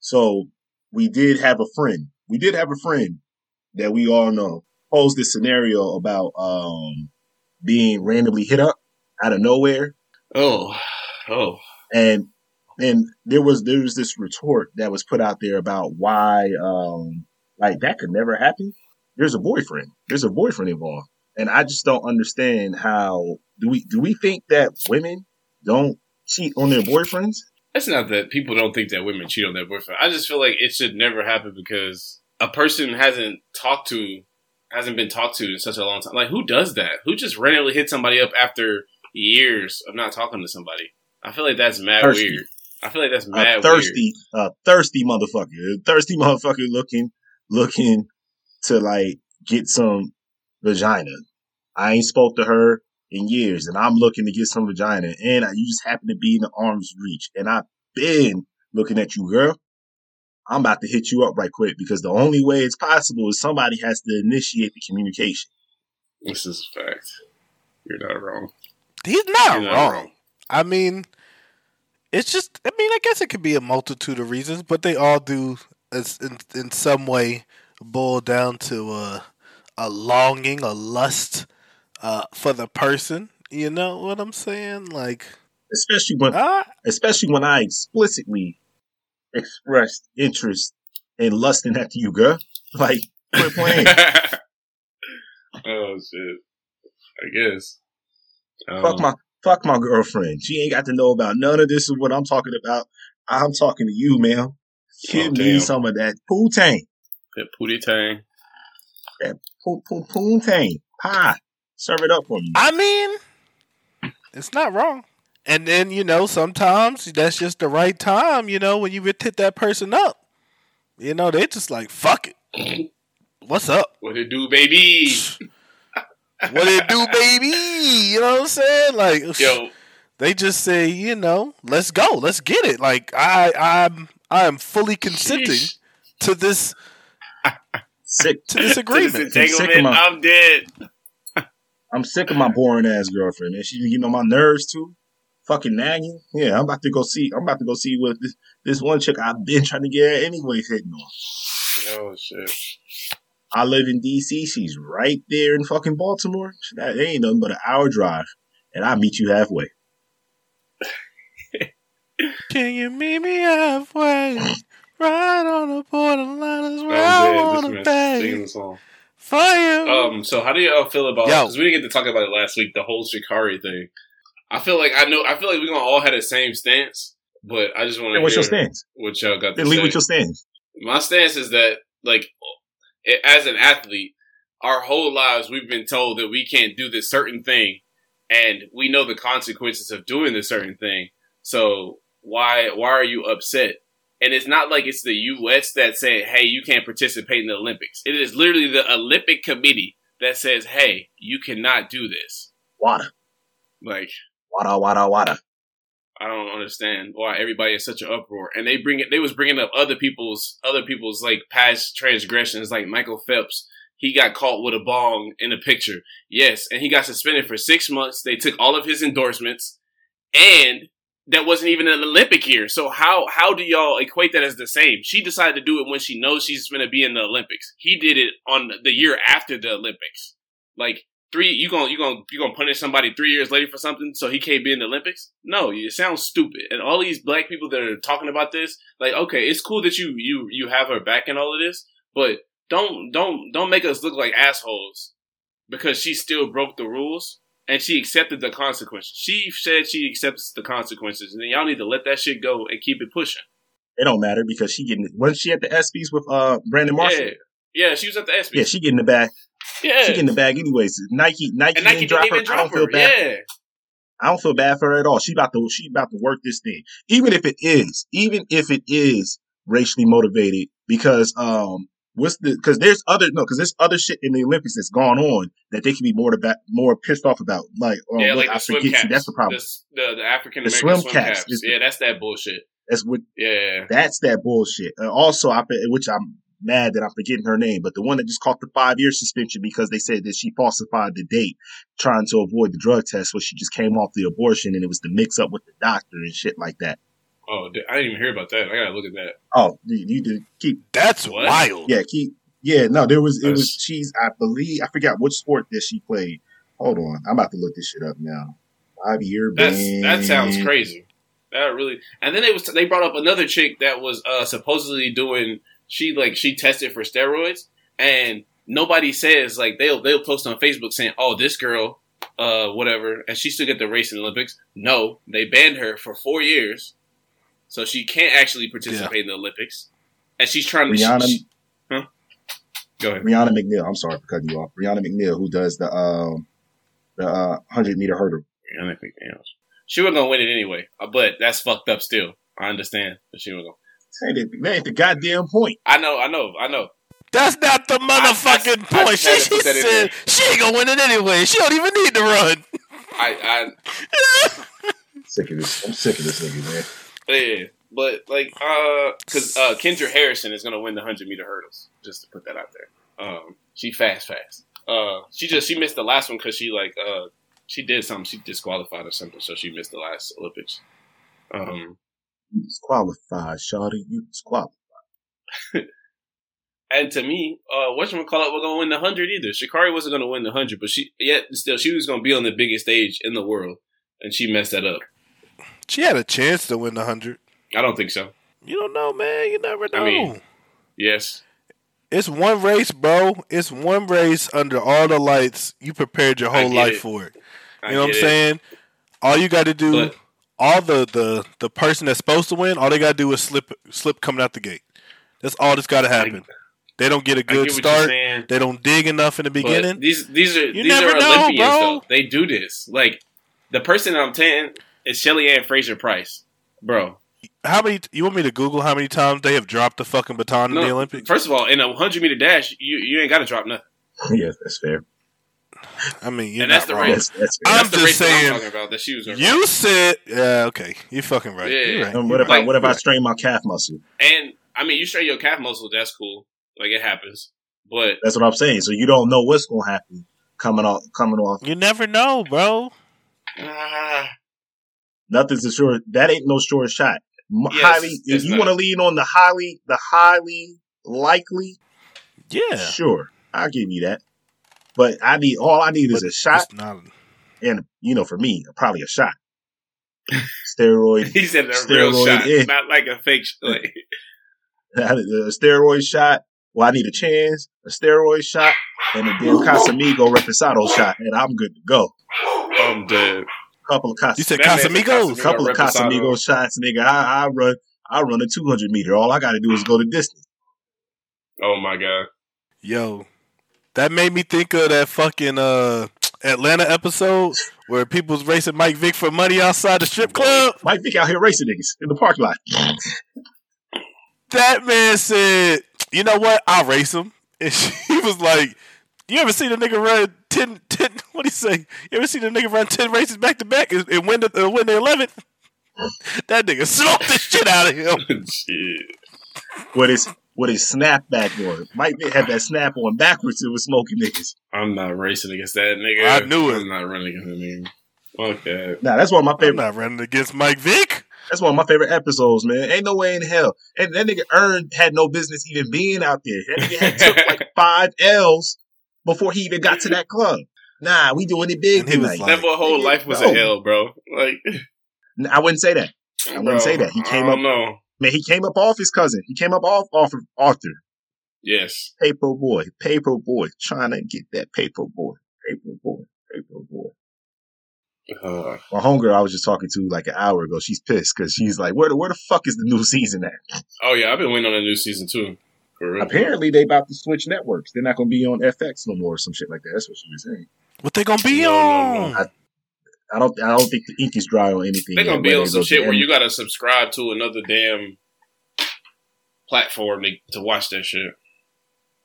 Speaker 4: So we did have a friend. We did have a friend that we all know posed this scenario about um, being randomly hit up out of nowhere
Speaker 5: Oh, oh.
Speaker 4: and and there was there was this retort that was put out there about why um like that could never happen there's a boyfriend there's a boyfriend involved and i just don't understand how do we do we think that women don't cheat on their boyfriends
Speaker 5: It's not that people don't think that women cheat on their boyfriend. I just feel like it should never happen because a person hasn't talked to, hasn't been talked to in such a long time. Like, who does that? Who just randomly hits somebody up after years of not talking to somebody? I feel like that's mad
Speaker 4: Thirsty.
Speaker 5: weird. I feel like that's mad
Speaker 4: a thirsty a thirsty motherfucker a thirsty <laughs> motherfucker looking looking to like get some vagina i ain't spoke to her in years and i'm looking to get some vagina and I, you just happen to be in the arms reach and i've been looking at you girl i'm about to hit you up right quick because the only way it's possible is somebody has to initiate the communication
Speaker 5: weird. This is a fact. You're not
Speaker 4: <laughs>
Speaker 5: wrong. <laughs>
Speaker 3: He's not
Speaker 5: You're not
Speaker 3: wrong.
Speaker 5: wrong.
Speaker 3: I mean, it's just. I mean, I guess it could be a multitude of reasons, but they all do, as in in some way, boil down to a a longing, a lust uh, for the person. You know what I'm saying? Like,
Speaker 4: especially when
Speaker 3: ah,
Speaker 4: especially when i explicitly expressed interest in lusting after you girl like quit
Speaker 5: <laughs>
Speaker 4: playing
Speaker 5: oh shit. I guess. Um,
Speaker 4: Fuck my fuck my girlfriend. She ain't got to know about none of this. Is what I'm talking about. I'm talking to you, ma'am. Give
Speaker 5: Oh,
Speaker 4: me
Speaker 5: damn.
Speaker 4: some of that poutine,
Speaker 5: that Pootie Tang.
Speaker 4: Poo- poo- poutine pie. Serve it up for me.
Speaker 3: I mean, it's not wrong. And then you know, sometimes that's just the right time. You know, when you would hit that person up, you know, they just like fuck it. What's up?
Speaker 5: What it do,
Speaker 4: <laughs>
Speaker 5: baby?
Speaker 3: what it do, baby? You know what I'm saying? Like,
Speaker 5: Yo,
Speaker 3: They just say, you know, let's go, let's get it. Like I, I'm, I am fully consenting
Speaker 5: Sheesh.
Speaker 3: to this
Speaker 4: Sick.
Speaker 3: to this
Speaker 5: <laughs> To
Speaker 3: agreement.
Speaker 5: this entanglement,
Speaker 4: Sycamore.
Speaker 5: I'm dead.
Speaker 4: I'm sick of my boring ass girlfriend, man. She's been getting on my nerves too. Fucking nagging. Yeah, I'm about to go see. I'm about to go see what this, this one chick I've been trying to get at anyway hitting on.
Speaker 5: Oh shit.
Speaker 4: I live in DC. She's right there in fucking Baltimore. That ain't nothing but an hour drive, and I meet you halfway.
Speaker 3: Can you meet me
Speaker 5: <laughs>
Speaker 3: halfway? Right on the borderline is where I
Speaker 5: I'm
Speaker 3: want to
Speaker 5: dead. This man singing
Speaker 3: be.
Speaker 5: the song.
Speaker 3: Fire.
Speaker 5: Um, so how do y'all feel about?
Speaker 3: Yo.
Speaker 5: Because we didn't get to talk about it last week. The whole Shikari thing. I feel like I know. I feel like we're gonna all have the same stance, but I just want to.
Speaker 4: And what's your stance?
Speaker 5: What y'all got? To
Speaker 4: Then leave
Speaker 5: say.
Speaker 4: with your stance.
Speaker 5: My stance is that, like, a- as an athlete, our whole lives we've been told that we can't do this certain thing, and we know the consequences of doing this certain thing. So why why are you upset? And it's not like it's the U.S. that said, "Hey, you can't participate in the Olympics." It is literally the Olympic Committee that says, "Hey, you cannot do this."
Speaker 4: Wada,
Speaker 5: Like,
Speaker 4: wada, wada, wada.
Speaker 5: I don't understand why everybody is such an uproar. And they bring it. They was bringing up other people's other people's like past transgressions, like Michael Phelps. He got caught with a bong in a picture. Yes, and he got suspended for six months. They took all of his endorsements, and that wasn't even an Olympic year. So how how do y'all equate that as the same? She decided to do it when she knows she's going to be in the Olympics. He did it on the year after the Olympics. Like three you gonna you gonna you gonna punish somebody three years later for something so he can't be in the Olympics? No, it sounds stupid. And all these black people that are talking about this, like, okay, it's cool that you you you have her back and all of this, but don't don't don't make us look like assholes because she still broke the rules and she accepted the consequences. She said she accepts the consequences, and then y'all need to let that shit go and keep it pushing.
Speaker 4: It don't matter because she getting wasn't she at the ESPYS with uh Brandon Marshall?
Speaker 5: Yeah, yeah, she was at the ESPYS.
Speaker 4: Yeah, she getting the bag.
Speaker 5: yeah.
Speaker 4: She getting the bag anyways. Nike, Nike,
Speaker 5: and Nike
Speaker 4: didn't drop
Speaker 5: didn't
Speaker 4: her.
Speaker 5: even
Speaker 4: I
Speaker 5: drop
Speaker 4: don't feel
Speaker 5: her.
Speaker 4: bad.
Speaker 5: Yeah,
Speaker 4: I don't feel bad for her at all. She about to she about to work this thing. Even if it is, even if it is racially motivated, because um what's the because there's other no because there's other shit in the Olympics that's gone on that they can be more about more pissed off about. Like um,
Speaker 5: yeah,
Speaker 4: look,
Speaker 5: like the
Speaker 4: I
Speaker 5: swim
Speaker 4: forget
Speaker 5: caps.
Speaker 4: you. That's the problem.
Speaker 5: The, the, African
Speaker 4: The
Speaker 5: American swim,
Speaker 4: swim
Speaker 5: caps.
Speaker 4: caps is-
Speaker 5: Yeah, that's that bullshit.
Speaker 4: That's what
Speaker 5: Yeah,
Speaker 4: that's that bullshit. And also, I bet- which I'm mad that I'm forgetting her name, but the one that just caught the five year suspension because they said that she falsified the date trying to avoid the drug test, where she just came off the abortion and it was the mix up with the doctor and shit like that.
Speaker 5: Oh, dude, I didn't even hear about that. I gotta look at that.
Speaker 4: Oh, you, you did keep
Speaker 3: That's
Speaker 5: What?
Speaker 3: wild.
Speaker 4: yeah keep yeah no there was it was
Speaker 5: That's-
Speaker 4: she's I believe I forgot which sport that she played. Hold on, I'm about to look this shit up now. Javier
Speaker 5: That's that sounds
Speaker 4: Bam-
Speaker 5: crazy. That really. And then they was they brought up another chick that was uh, supposedly doing. She like she tested for steroids, and nobody says like they'll they'll post on Facebook saying, "Oh, this girl, uh, whatever," and she still get the race in the Olympics. No, they banned her for four years, so she can't actually participate in the Olympics. And she's trying to.
Speaker 4: Rihanna-
Speaker 5: she- huh? Go ahead.
Speaker 4: Rihanna McNeil. I'm sorry for cutting you off. Rihanna McNeil, who does the um the uh, hundred meter hurdle.
Speaker 5: I don't think else. She was gonna win it anyway, uh, but that's fucked up. Still, I understand that she was gonna.
Speaker 4: That ain't, the- that ain't the goddamn point.
Speaker 5: I know, I know, I know.
Speaker 3: That's not the motherfucking
Speaker 5: I- I- I
Speaker 3: point.
Speaker 5: just
Speaker 3: She,
Speaker 5: had to
Speaker 3: she
Speaker 5: put that in
Speaker 3: said she ain't gonna win it anyway. She don't even need to run.
Speaker 5: I,
Speaker 4: Sick of this. I'm sick of this nigga, man.
Speaker 5: I, yeah, but like, uh, because uh, Kendra Harrison is gonna win the hundred meter hurdles. Just to put that out there, um, she fast, fast. Uh, she just she missed the last one because she like uh she did something. She disqualified or something, so she missed the last Olympics. Um,
Speaker 4: You disqualified, Shawty. You <laughs> disqualified.
Speaker 5: and to me, uh, what you call it? We're gonna win the hundred either. Shikari wasn't gonna win the hundred, but she yet still she was gonna be on the biggest stage in the world, and she messed that up.
Speaker 3: She had a chance to win the hundred.
Speaker 5: I don't think so.
Speaker 3: You don't know, man. You never know.
Speaker 5: I mean- Yes,
Speaker 3: it's one race, bro. It's one race under all the lights. You prepared your
Speaker 5: I
Speaker 3: whole
Speaker 5: get
Speaker 3: life
Speaker 5: it.
Speaker 3: for it. You
Speaker 5: I
Speaker 3: know what I'm
Speaker 5: get it.
Speaker 3: saying? All you got to do,
Speaker 5: But-
Speaker 3: all the, the the person that's supposed to win, all they got to do is slip slip coming out the gate. That's all that's got to happen. they don't get a
Speaker 5: I
Speaker 3: good
Speaker 5: get what you're
Speaker 3: start.
Speaker 5: saying.
Speaker 3: They don't dig enough in the
Speaker 5: But
Speaker 3: beginning.
Speaker 5: these these are
Speaker 3: You
Speaker 5: these
Speaker 3: never
Speaker 5: are
Speaker 3: know,
Speaker 5: Olympians
Speaker 3: bro.
Speaker 5: though. They do this. Like the person I'm tanning is Shelly Ann Fraser Price, bro.
Speaker 3: how many? You want me to Google how many times they have dropped the fucking baton in the
Speaker 5: No,
Speaker 3: Olympics?
Speaker 5: First of all, in a 100 meter dash, you you ain't got to drop nothing.
Speaker 4: yeah, that's fair.
Speaker 3: I mean, you're
Speaker 5: and that's
Speaker 3: not
Speaker 5: the
Speaker 3: wrong.
Speaker 5: race.
Speaker 4: That's, that's
Speaker 3: I'm
Speaker 5: That's the
Speaker 3: just
Speaker 5: race that
Speaker 3: saying,
Speaker 5: I'm talking about that she was in.
Speaker 3: You said, yeah, okay. You're fucking right.
Speaker 5: Yeah,
Speaker 3: You're
Speaker 5: yeah.
Speaker 3: right.
Speaker 4: And
Speaker 3: You're
Speaker 4: what if
Speaker 3: right.
Speaker 4: I what if I
Speaker 3: You're
Speaker 4: strain my calf muscle?
Speaker 5: and I mean, you strain your calf muscle. That's cool. Like it happens. But
Speaker 4: That's what I'm saying. So you don't know what's gonna happen coming off coming off.
Speaker 3: right. You never know, bro.
Speaker 5: ah, <laughs>
Speaker 4: Nothing's a sure that ain't no sure shot. M-
Speaker 5: Yes,
Speaker 4: highly if
Speaker 5: it's
Speaker 4: you
Speaker 5: not.
Speaker 4: want to lean on the highly the highly likely,
Speaker 3: Yeah.
Speaker 4: sure. I'll give you that. But I need all I need is
Speaker 3: But
Speaker 4: a shot
Speaker 3: It's not-
Speaker 4: and you know, for me, probably a shot.
Speaker 5: <laughs>
Speaker 4: steroid <laughs>
Speaker 5: he said a real
Speaker 4: Steroid
Speaker 5: shot,
Speaker 4: in.
Speaker 5: not like a fake. Sh- like,
Speaker 3: <laughs>
Speaker 4: a steroid shot. Well, I need a chance, a steroid shot, and a damn Casamigo reposado shot, and I'm good to go.
Speaker 5: I'm dead.
Speaker 4: Couple of Cas-
Speaker 3: you said
Speaker 5: That man's a
Speaker 3: Casamigos.
Speaker 5: Casamigos.
Speaker 4: couple of
Speaker 5: Reposado.
Speaker 4: Casamigo shots, nigga. I, I run, I run a 200 meter. All I got to do is go the distance.
Speaker 5: Oh my god. <laughs>
Speaker 3: Yo, that made me think of that fucking uh, Atlanta episode where people was racing Mike Vick for money outside the strip club.
Speaker 4: Mike Vick out here racing niggas in the parking lot.
Speaker 3: That man said, "You know what? I'll race him." <laughs> And she was like, "You ever seen a nigga run 10, <laughs> 10 What do you say? You ever seen a nigga run ten races back to back and and win the uh, win the eleventh? <laughs> That nigga smoked the shit out of him.
Speaker 5: Shit.
Speaker 4: With his with his snap back on. Mike Vick had that snap on backwards. It was smoking niggas.
Speaker 5: I'm not racing against that nigga.
Speaker 3: I knew it.
Speaker 5: I'm not running against that nigga. Fuck that.
Speaker 4: Now that's one of my
Speaker 3: I'm
Speaker 4: favorite.
Speaker 3: not running against Mike Vick.
Speaker 4: That's one of my favorite episodes, man. Ain't no way in hell. And that nigga earned had no business even being out there. That nigga
Speaker 3: <laughs>
Speaker 4: had took like five L's before he even got to that club. Nah, we doing it big
Speaker 3: And he was
Speaker 4: tonight.
Speaker 3: like-
Speaker 5: That boy whole life was
Speaker 4: No.
Speaker 5: a hell, bro. Like
Speaker 4: N- I wouldn't say that. I wouldn't
Speaker 5: bro,
Speaker 4: say that. He came
Speaker 5: I
Speaker 4: up-
Speaker 5: don't know.
Speaker 4: Man, he came up off his cousin. He came up off off of Arthur.
Speaker 5: Yes.
Speaker 4: Paper boy, paper boy, trying to get that paper boy, paper boy, paper boy.
Speaker 5: Uh,
Speaker 4: My homegirl, I was just talking to like an hour ago. She's pissed because she's like, "Where the where the fuck is the new <laughs> season at?"
Speaker 5: oh yeah, I've been waiting on a new season too. For real.
Speaker 4: Apparently, they about to switch networks. They're not going to be on FX no more or some shit like that. That's what she was saying.
Speaker 3: What they gonna be
Speaker 5: No, no,
Speaker 3: on?
Speaker 4: no. I don't. I don't think the ink is dry on anything.
Speaker 5: They're gonna
Speaker 4: yet,
Speaker 5: be
Speaker 4: whether
Speaker 5: on
Speaker 4: it
Speaker 5: some
Speaker 4: goes
Speaker 5: shit
Speaker 4: to
Speaker 5: where
Speaker 4: M-
Speaker 5: you gotta subscribe to another damn platform to, to watch that shit.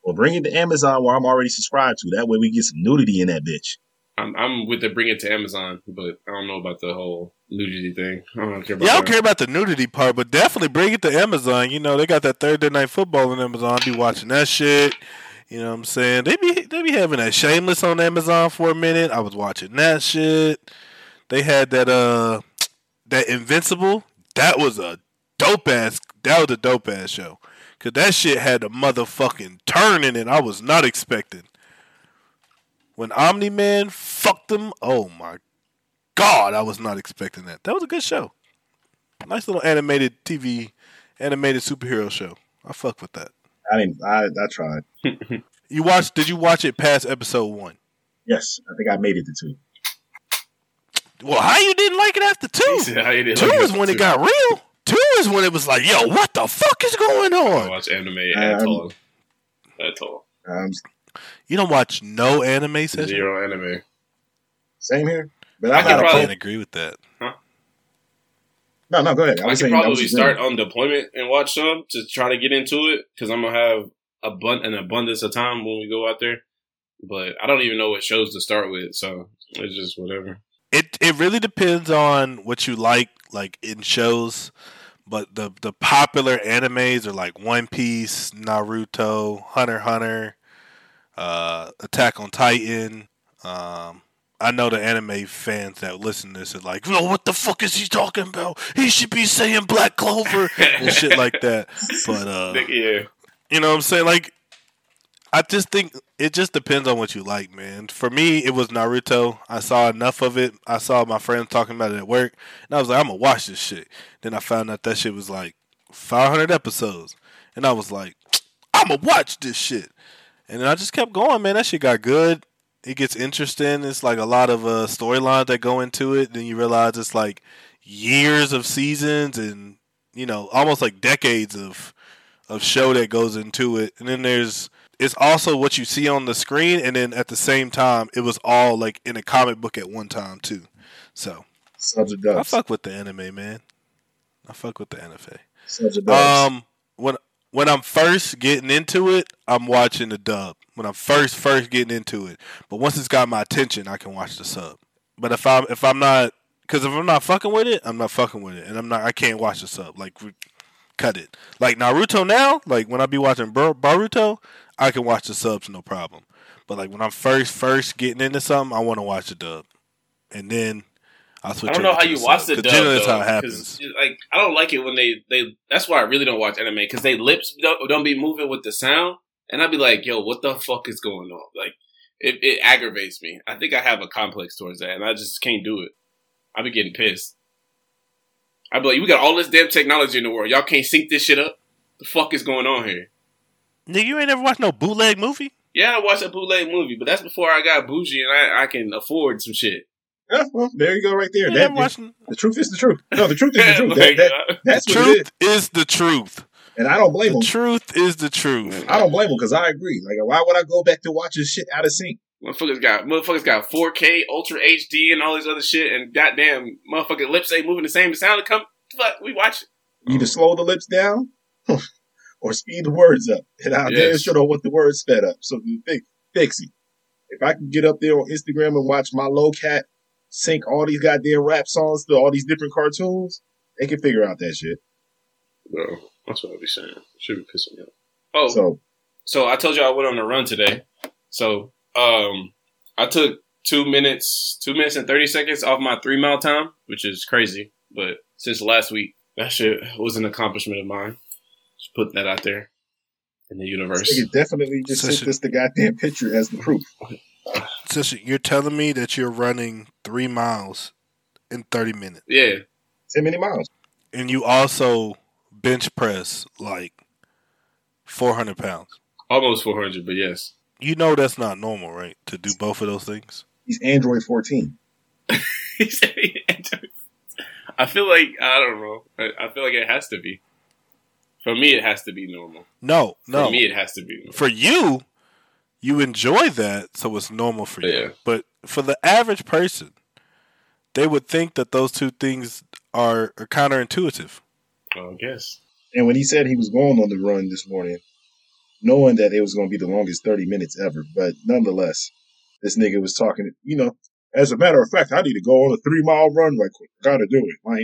Speaker 4: Well, bring it to Amazon where I'm already subscribed to. That way we get some nudity in that bitch.
Speaker 5: I'm I'm with the bring it to Amazon, but I don't know about the whole nudity thing. I don't care about
Speaker 3: Yeah, I
Speaker 5: that.
Speaker 3: don't care about the nudity part, but definitely bring it to Amazon. You know, they got that Thursday night football on Amazon. Be watching that shit. You know what I'm saying? They be they be having that Shameless on Amazon for a minute. I was watching that shit. They had that uh that Invincible. That was a dope ass. That was a dope ass show. Cause that shit had a motherfucking turn in it. I was not expecting. When Omni Man fucked him, oh my god, I was not expecting that. That was a good show. Nice little animated TV, animated superhero show. I fuck with that.
Speaker 4: I didn't. I, I tried.
Speaker 3: You watched? Did you watch it past episode one?
Speaker 4: Yes, I think I made it to two.
Speaker 3: Well, how you didn't like it after
Speaker 5: He <laughs>
Speaker 3: two?
Speaker 5: said how you did
Speaker 3: Two
Speaker 5: like
Speaker 3: is when it
Speaker 5: too.
Speaker 3: got real. Two is when it was like, yo, what the fuck is going
Speaker 5: I
Speaker 3: on?
Speaker 5: watch anime
Speaker 4: Um,
Speaker 5: at all. At all.
Speaker 4: Um,
Speaker 3: You don't watch no anime session.
Speaker 5: Zero anime.
Speaker 4: same here. But
Speaker 5: I
Speaker 4: I'm
Speaker 5: could
Speaker 4: not a
Speaker 3: I
Speaker 5: probably-
Speaker 3: can't
Speaker 4: fan.
Speaker 3: agree with that.
Speaker 4: No, no, go ahead. I
Speaker 5: I
Speaker 4: was
Speaker 5: could
Speaker 4: saying I was
Speaker 5: probably
Speaker 4: just
Speaker 5: start
Speaker 4: saying-
Speaker 5: on deployment and watch some to try to get into it because I'm gonna have abund- an abundance of time when we go out there. But I don't even know what shows to start with, so it's just whatever.
Speaker 3: It it really depends on what you like, like in shows. But the the popular animes are like One Piece, Naruto, Hunter x Hunter, uh, Attack on Titan. Um, I know the anime fans that listen to this are like, no, what the fuck is he talking about? He should be saying Black Clover and shit like that. But
Speaker 5: <laughs>
Speaker 3: uh,
Speaker 5: yeah,
Speaker 3: you know what I'm saying? Like, I just think it just depends on what you like, man. For me, it was Naruto. I saw enough of it. I saw my friends talking about it at work, and I was like, I'm gonna watch this shit. Then I found out that shit was like 500 episodes, and I was like, I'm gonna watch this shit. And then I just kept going, man. That shit got good. It gets interesting. It's like a lot of uh, storylines that go into it. Then you realize it's like years of seasons and you know almost like decades of of show that goes into it. And then there's it's also what you see on the screen and then at the same time it was all like in a comic book at one time too. So
Speaker 4: subs and
Speaker 3: I
Speaker 4: dubs.
Speaker 3: fuck with the anime, man. I fuck with the anime.
Speaker 5: Uh,
Speaker 4: Subs and dubs.
Speaker 3: Um when when I'm first getting into it, I'm watching the dub. When I'm first first getting into it, but once it's got my attention, I can watch the sub. But if I'm if I'm not because if I'm not fucking with it, I'm not fucking with it, and I'm not I can't watch the sub. Like re- cut it. Like Naruto now, like when I be watching Bar- Baruto, I can watch the subs no problem. But like when I'm first first getting into something, I want to watch the dub, and then I switch.
Speaker 5: I don't know
Speaker 3: over
Speaker 5: how
Speaker 3: to
Speaker 5: you
Speaker 3: the
Speaker 5: watch
Speaker 3: sub,
Speaker 5: the
Speaker 3: 'cause
Speaker 5: dub
Speaker 3: Generally, that's
Speaker 5: though,
Speaker 3: how it
Speaker 5: 'cause,
Speaker 3: happens.
Speaker 5: Like I don't like it when they they. That's why I really don't watch anime because they lips don't, don't be moving with the sound, and I'd be like, "Yo, what the fuck is going on?" Like it, it aggravates me. I think I have a complex towards that, and I just can't do it. I be getting pissed. I'd be like, "We got all this damn technology in the world. Y'all can't sync this shit up. The fuck is going on here?"
Speaker 3: Nigga, you ain't ever watched no bootleg movie.
Speaker 5: Yeah, I watched a bootleg movie, but that's before I got bougie and I, I can afford some shit.
Speaker 4: Yeah, well, <laughs> there you go, right there.
Speaker 3: You ain't
Speaker 4: That,
Speaker 3: ever watched-
Speaker 4: the truth is the truth. No, the truth is the
Speaker 5: <laughs> Yeah,
Speaker 4: truth. That-
Speaker 5: like,
Speaker 4: that-
Speaker 5: uh,
Speaker 4: that's
Speaker 3: the
Speaker 4: what it is.
Speaker 3: truth is the truth.
Speaker 4: And I don't blame
Speaker 3: The
Speaker 4: him.
Speaker 3: truth is the truth.
Speaker 4: I don't blame him because I agree. Like, why would I go back to watching shit out of sync?
Speaker 5: Motherfuckers got motherfuckers got 4K, Ultra HD, and all this other shit, and goddamn motherfucking lips ain't moving the same. The sound come fuck, we watch it.
Speaker 4: Either
Speaker 5: Mm.
Speaker 4: slow the lips down <laughs> or speed the words up. And I damn
Speaker 5: Yes.
Speaker 4: sure don't want the words sped up. So fix, fix it. If I can get up there on Instagram and watch my low cat sync all these goddamn rap songs to all these different cartoons, they can figure out that shit.
Speaker 5: Bro, that's what I be saying. Should be pissing me off. Oh, so,
Speaker 4: So
Speaker 5: I told you I went on a run today. So um, I took two minutes, two minutes and thirty seconds off my three mile time, which is crazy. But since last week, that shit was an accomplishment of mine. Just putting that out there in the
Speaker 4: this
Speaker 5: universe.
Speaker 4: nigga definitely just
Speaker 3: Such
Speaker 4: sent
Speaker 3: a-
Speaker 4: us the goddamn picture as the proof.
Speaker 3: So sh- you're telling me that you're running three miles in 30 minutes,
Speaker 5: Yeah,
Speaker 4: Ten many miles.
Speaker 3: and you also bench press like 400 pounds.
Speaker 5: almost four hundred, but yes.
Speaker 3: You know that's not normal, right? To do both of those things.
Speaker 4: He's Android 14.
Speaker 5: <laughs> He said he had to- I feel like I don't know. I, I feel like it has to be. For me, it has to be normal.
Speaker 3: No, no.
Speaker 5: For me, it has to be. Normal.
Speaker 3: for you, you enjoy that, so it's normal for you.
Speaker 5: Yeah.
Speaker 3: But for the average person, they would think that those two things are, are counterintuitive.
Speaker 5: Well, I guess.
Speaker 4: And when he said he was going on the run this morning, knowing that it was going to be the longest 30 minutes ever, but nonetheless, this nigga was talking, you know, as a matter of fact, I need to go on a three mile run. Like, gotta do it. Like,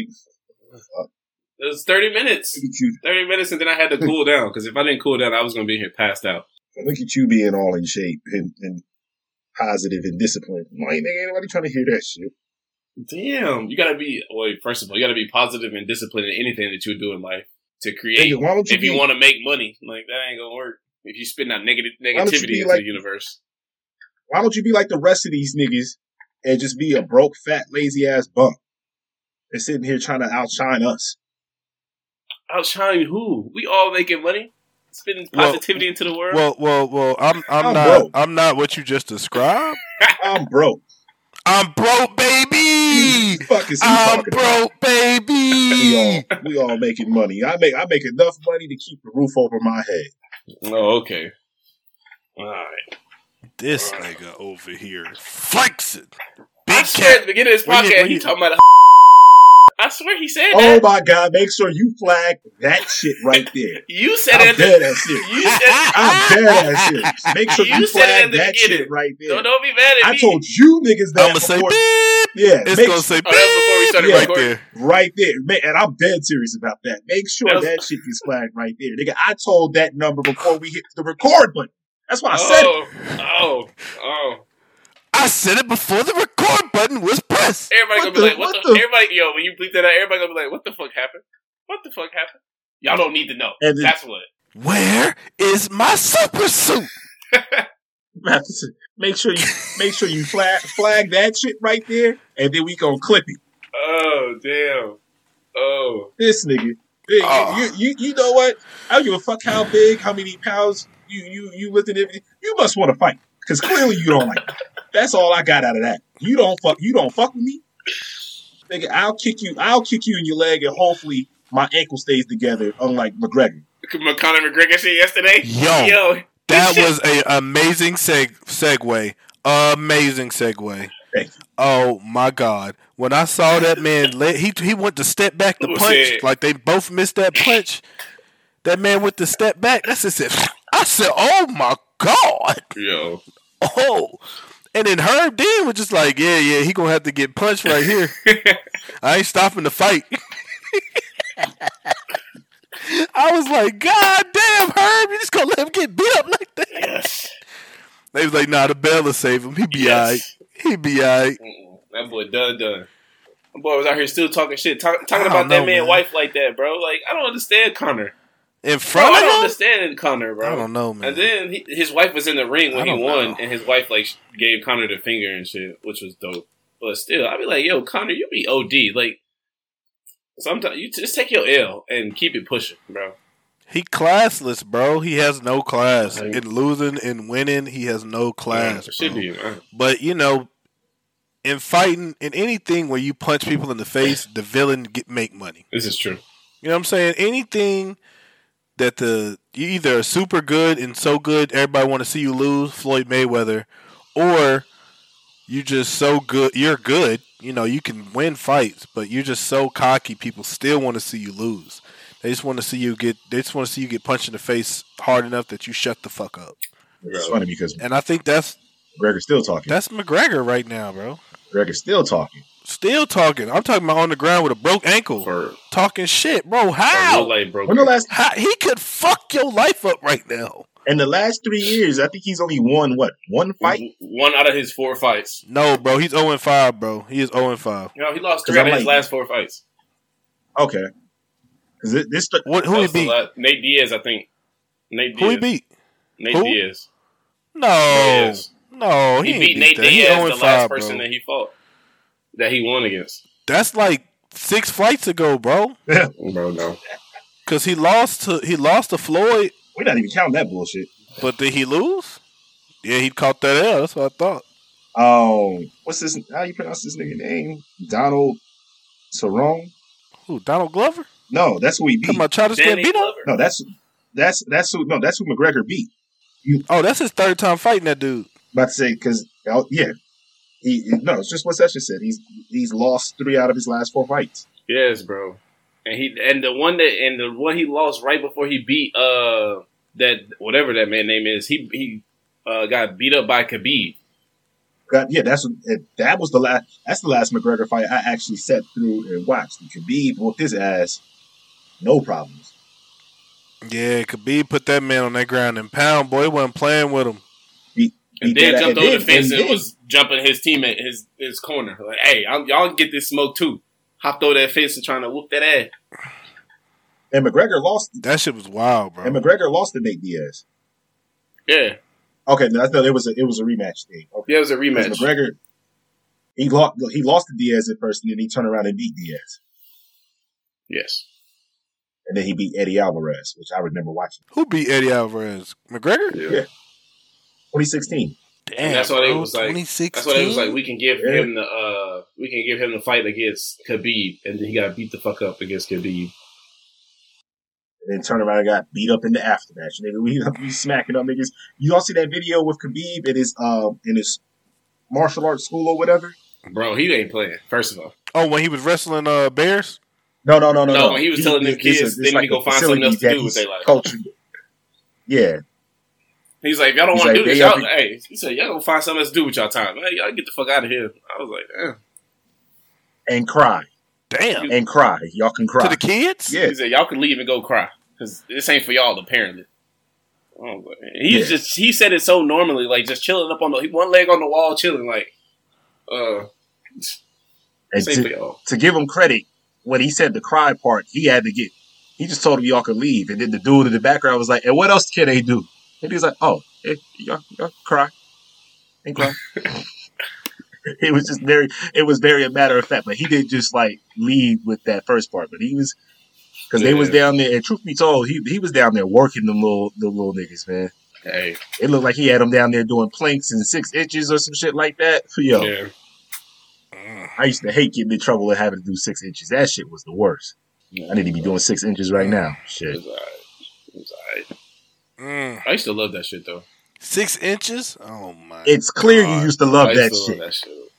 Speaker 5: It was thirty minutes.
Speaker 4: look at you,
Speaker 5: Thirty minutes, and then I had to cool down because if I didn't cool down, I was gonna be here passed out.
Speaker 4: look at you being all in shape and, and positive and disciplined. Like, nigga, ain't nobody trying to hear that shit.
Speaker 5: Damn, you gotta be. Well, first of all, you gotta be positive and disciplined in anything that you do in life to create.
Speaker 4: Nigga, why don't you
Speaker 5: If
Speaker 4: be,
Speaker 5: you want to make money, like that ain't gonna work. If you spin out negative
Speaker 4: don't you
Speaker 5: negativity
Speaker 4: be
Speaker 5: into
Speaker 4: like-
Speaker 5: the universe,
Speaker 4: why don't you be like the rest of these niggas and just be a broke, fat, lazy ass bum? And sitting here trying to outshine us.
Speaker 5: outshine who? We all making money, spinning
Speaker 3: Well-
Speaker 5: positivity into the world.
Speaker 3: Well, well, well. I'm I'm
Speaker 4: I'm
Speaker 3: not
Speaker 4: broke.
Speaker 3: I'm not what you just described.
Speaker 4: I'm
Speaker 5: <laughs>
Speaker 4: broke.
Speaker 3: I'm broke, baby.
Speaker 4: Fuck is he
Speaker 3: I'm
Speaker 4: talking about?
Speaker 3: broke,
Speaker 4: we
Speaker 3: baby.
Speaker 4: all
Speaker 5: Mm.
Speaker 4: we all making money. I make I make enough money to keep the roof over my head.
Speaker 5: oh, okay. All right.
Speaker 3: this nigga over here flexing.
Speaker 5: I
Speaker 3: Big
Speaker 5: swear at
Speaker 3: cat.
Speaker 5: the beginning of this
Speaker 3: When you-
Speaker 5: podcast,
Speaker 3: when
Speaker 5: he
Speaker 3: you-
Speaker 5: talking about. A <laughs> I swear he said
Speaker 4: Oh
Speaker 5: that.
Speaker 4: my god! Make sure you flag that shit right
Speaker 5: <laughs>
Speaker 4: there.
Speaker 5: You said
Speaker 4: I'm
Speaker 5: it. at
Speaker 4: dead ass
Speaker 5: the-
Speaker 4: serious.
Speaker 5: You
Speaker 4: <laughs>
Speaker 5: said.
Speaker 4: I'm
Speaker 3: <laughs>
Speaker 5: <laughs>
Speaker 4: dead ass serious. Make sure
Speaker 5: You
Speaker 4: you,
Speaker 5: said it at
Speaker 4: flag
Speaker 5: the
Speaker 4: that
Speaker 5: beginning.
Speaker 4: shit right there.
Speaker 5: Don't, don't be mad at
Speaker 4: I
Speaker 5: me.
Speaker 4: told you niggas that
Speaker 3: I'm gonna say
Speaker 4: before.
Speaker 3: beep.
Speaker 4: Yeah,
Speaker 3: It's
Speaker 4: make
Speaker 3: gonna say beep
Speaker 5: Oh, that was before we started
Speaker 3: right
Speaker 5: recording.
Speaker 3: there.
Speaker 4: right there, man. And I'm dead serious about that. Make sure
Speaker 5: That was-
Speaker 4: that shit gets flagged right there, nigga. I told that number before we hit the record button. That's why I said it. <laughs>
Speaker 5: oh, oh, oh!
Speaker 3: I said it before the record button was pressed.
Speaker 4: What
Speaker 5: Everybody gonna be
Speaker 4: the-
Speaker 5: like, "What,
Speaker 4: what
Speaker 5: the,
Speaker 4: the-
Speaker 5: Everybody, yo, when you bleep that out, everybody gonna be like, "What the fuck happened? What the fuck happened? Y'all don't need to know.
Speaker 4: And then-
Speaker 5: That's what."
Speaker 3: Where is my super suit?
Speaker 4: Make sure you make sure you flag flag that shit right there, and then we gonna clip it.
Speaker 5: Oh damn! Oh,
Speaker 4: this nigga. Big,
Speaker 3: Ah.
Speaker 4: you, you, you know what? I don't give a fuck how big, how many pounds you you you lifting. Everything. You must want to fight because clearly you don't like. Me. That's all I got out of that. You don't fuck. You don't fuck with me, nigga. I'll kick you. I'll kick you in your leg, and hopefully my ankle stays together. Unlike McGregor,
Speaker 5: Conor McGregor shit yesterday.
Speaker 3: Yo.
Speaker 5: yo,
Speaker 3: That was a amazing seg- segue. Amazing segue.
Speaker 4: Thank
Speaker 3: Oh my god! When I
Speaker 5: <laughs>
Speaker 3: saw that man, la- he he went to step back the
Speaker 5: Who
Speaker 3: punch.
Speaker 5: said?
Speaker 3: Like they both missed that punch. That man with the step back. That's just it. I said, "Oh my god, <laughs>
Speaker 5: Yo,
Speaker 3: oh!" And then Herb Dean was just like, "Yeah, yeah, he gonna have to get punched right
Speaker 5: <laughs>
Speaker 3: here. I ain't stopping the fight." <laughs> I was like, "God damn, Herb, you just gonna let him get beat up like that?"
Speaker 5: yes,
Speaker 3: They was like, "Nah, the bell will save him. He be alright.
Speaker 5: yes.
Speaker 3: He be alright."
Speaker 5: Mm-mm. That boy done done. That boy was out here still talking shit, talk, talking
Speaker 3: I
Speaker 5: about
Speaker 3: don't
Speaker 5: that
Speaker 3: know,
Speaker 5: man,
Speaker 3: man.
Speaker 5: wife like that, bro. Like I don't understand Connor.
Speaker 3: In
Speaker 5: Bro,
Speaker 3: front
Speaker 5: I don't
Speaker 3: of him,
Speaker 5: understand Connor, bro.
Speaker 3: I don't know, man.
Speaker 5: And then he, his wife was in the ring
Speaker 3: I
Speaker 5: when he
Speaker 3: don't
Speaker 5: won,
Speaker 3: know.
Speaker 5: and his wife like sh- gave Connor the finger and shit, which was dope. But still, I'd be like, "Yo, Connor, you be OD." Like sometimes you just take your L and keep it pushing, bro.
Speaker 3: He classless, bro. He has no class.
Speaker 5: Right.
Speaker 3: In losing and winning, he has no class.
Speaker 5: Yeah, should
Speaker 3: bro.
Speaker 5: be. uh, Man.
Speaker 3: But you know, in fighting, in anything where you punch people in the face, the villain get make money.
Speaker 5: This is true.
Speaker 3: You know what I'm saying? Anything that the you either are super good and so good everybody want to see you lose, Floyd Mayweather, or you just so good you're good. You know, you can win fights, but you're just so cocky people still want to see you lose. They just want to see you get they just want to see you get punched in the face hard enough that you shut the fuck up.
Speaker 4: It's funny because
Speaker 3: And I think that's
Speaker 4: Gregor's still talking.
Speaker 3: that's McGregor right now, bro.
Speaker 4: Gregor's still talking.
Speaker 3: Still talking. I'm talking about on the ground with a broke ankle.
Speaker 5: For, for
Speaker 3: talking shit, bro. How?
Speaker 5: real life, bro.
Speaker 4: When the last
Speaker 3: How he could fuck your life up right now.
Speaker 4: in the last three years, I think he's only won what one fight.
Speaker 5: One out of his four fights.
Speaker 3: No, bro, he's 0 and 5, bro. He is 0 and 5.
Speaker 5: No, he lost
Speaker 4: 'Cause
Speaker 5: three out
Speaker 4: I'm
Speaker 5: of his
Speaker 4: like-
Speaker 5: last four fights.
Speaker 4: Okay, because this
Speaker 3: What
Speaker 5: That
Speaker 3: who he
Speaker 5: was the
Speaker 3: beat?
Speaker 5: la- Nate Diaz, I think. Nate
Speaker 3: Who
Speaker 5: Diaz.
Speaker 3: he beat?
Speaker 5: Nate
Speaker 3: Who?
Speaker 5: Diaz.
Speaker 3: No.
Speaker 5: Diaz.
Speaker 3: No, he,
Speaker 5: He,
Speaker 3: ain't
Speaker 5: beat Nate
Speaker 3: that. He
Speaker 5: Diaz,
Speaker 3: 0
Speaker 5: the
Speaker 3: and
Speaker 5: last
Speaker 3: 5,
Speaker 5: person
Speaker 3: bro.
Speaker 5: that he fought, that he won against.
Speaker 3: That's like 6 fights ago, bro.
Speaker 5: Bro, no.
Speaker 3: Cuz he lost to he lost to Floyd,
Speaker 4: we're not even counting that bullshit.
Speaker 3: but did he lose? Yeah, he caught that L. That's what I thought.
Speaker 4: Um, what's this? How you pronounce this nigga name? Donald Cerrone?
Speaker 3: Who, Donald Glover?
Speaker 4: No, that's who he beat.
Speaker 3: Come on, Childish
Speaker 5: Danny
Speaker 3: Gambino?
Speaker 5: Glover.
Speaker 4: No, that's that's that's who. No, that's who McGregor beat.
Speaker 3: Oh, that's his third time fighting that dude.
Speaker 4: About to say because yeah, he no. It's just what Session said. He's he's lost three out of his last four fights.
Speaker 5: Yes, bro. And he and the one that and the one he lost right before he beat uh that whatever that man name is, he he uh got beat up by Khabib.
Speaker 4: God, yeah, that's what- that was the last. That's the last McGregor fight I actually sat through and watched. And Khabib whooped his ass, no problems.
Speaker 3: Yeah, Khabib put that man on that ground and pound, boy. He wasn't playing with him.
Speaker 5: And
Speaker 4: He did
Speaker 5: then
Speaker 4: that- and
Speaker 5: jumped over the
Speaker 4: then-
Speaker 5: fence and,
Speaker 4: and then-
Speaker 5: was jumping his teammate his his corner. Like, hey, I'm, y'all can get this smoke too. Hopped over that fence and trying to whoop that ass.
Speaker 4: And McGregor lost.
Speaker 3: That shit was wild, bro.
Speaker 4: And McGregor lost to Nate Diaz.
Speaker 5: Yeah.
Speaker 4: Okay, no, I thought it was a it was a rematch thing. Okay,
Speaker 5: Yeah, it was a
Speaker 4: 'Cause
Speaker 5: rematch.
Speaker 4: McGregor he lost he lost to Diaz at first, and then he turned around and beat Diaz,
Speaker 5: Yes.
Speaker 4: and then he beat Eddie Alvarez, which I remember watching
Speaker 3: Who beat Eddie Alvarez? McGregor?
Speaker 5: Yeah.
Speaker 4: 2016.
Speaker 3: Damn,
Speaker 5: that's why they
Speaker 3: bro,
Speaker 5: was like-
Speaker 3: 2016?
Speaker 5: That's why they was like, we can give
Speaker 4: Yeah.
Speaker 5: him the uh we can give him the fight against Khabib, and then he got beat the fuck up against Khabib.
Speaker 4: And then turned around and got beat up in the aftermatch. Nigga, we, <laughs> we smacking up niggas. You all see that video with Khabib in his um in his martial arts school or whatever?
Speaker 5: Bro, he ain't playing. First of all,
Speaker 3: oh, when he was wrestling uh, Bears?
Speaker 4: No, no, no, no.
Speaker 5: No, when he was telling them
Speaker 4: this
Speaker 5: kids,
Speaker 4: is-
Speaker 5: they
Speaker 4: this
Speaker 5: need to
Speaker 4: a
Speaker 5: go find
Speaker 4: facility
Speaker 5: something else to
Speaker 4: that
Speaker 5: do with
Speaker 4: he's
Speaker 5: their life.
Speaker 4: cultured- Yeah,
Speaker 5: he's like, if y'all don't
Speaker 4: He's like,
Speaker 5: want to do this,
Speaker 4: they
Speaker 5: y'all,
Speaker 4: up-
Speaker 5: hey, he said, y'all gonna find something else to do with y'all time. Hey, y'all get the fuck out of here. I was like, eh.
Speaker 4: and cry
Speaker 3: Damn.
Speaker 4: and cry. Y'all can
Speaker 3: To
Speaker 4: cry.
Speaker 3: the kids?
Speaker 4: yeah,
Speaker 5: He said, y'all can leave and go cry because this ain't for y'all apparently. Oh, but he's
Speaker 4: Yeah.
Speaker 5: just he said it so normally, like just chilling up on the one leg on the wall, chilling like, uh,
Speaker 4: and
Speaker 5: this ain't
Speaker 4: to,
Speaker 5: for y'all.
Speaker 4: to give him credit, when he said the cry part, he had to get. He just told him y'all could leave, and then the dude in the background was like, "And what else can they do?" And he's like, "Oh, eh, y'all, y'all cry and cry." <laughs> it was just very, it was very a matter of fact, but he did just like leave with that first part, but he was. Cause they was
Speaker 5: Yeah.
Speaker 4: down there, and truth be told, he he was down there working the little the little niggas, man.
Speaker 5: Hey,
Speaker 4: It looked like he had them down there doing planks and six inches or some shit like that. Yo,
Speaker 5: yeah,
Speaker 3: Mm.
Speaker 4: I used to hate getting in trouble and having to do six inches. That shit was the worst. I need to be doing six inches right now.
Speaker 5: It
Speaker 4: Shit.
Speaker 5: was all right. It was all right.
Speaker 3: Mm.
Speaker 5: I used to love that shit though.
Speaker 3: Six inches? Oh, my.
Speaker 4: It's clear you
Speaker 3: God.
Speaker 4: used to love
Speaker 5: I used
Speaker 4: that
Speaker 5: to
Speaker 4: shit.
Speaker 5: Love that shit.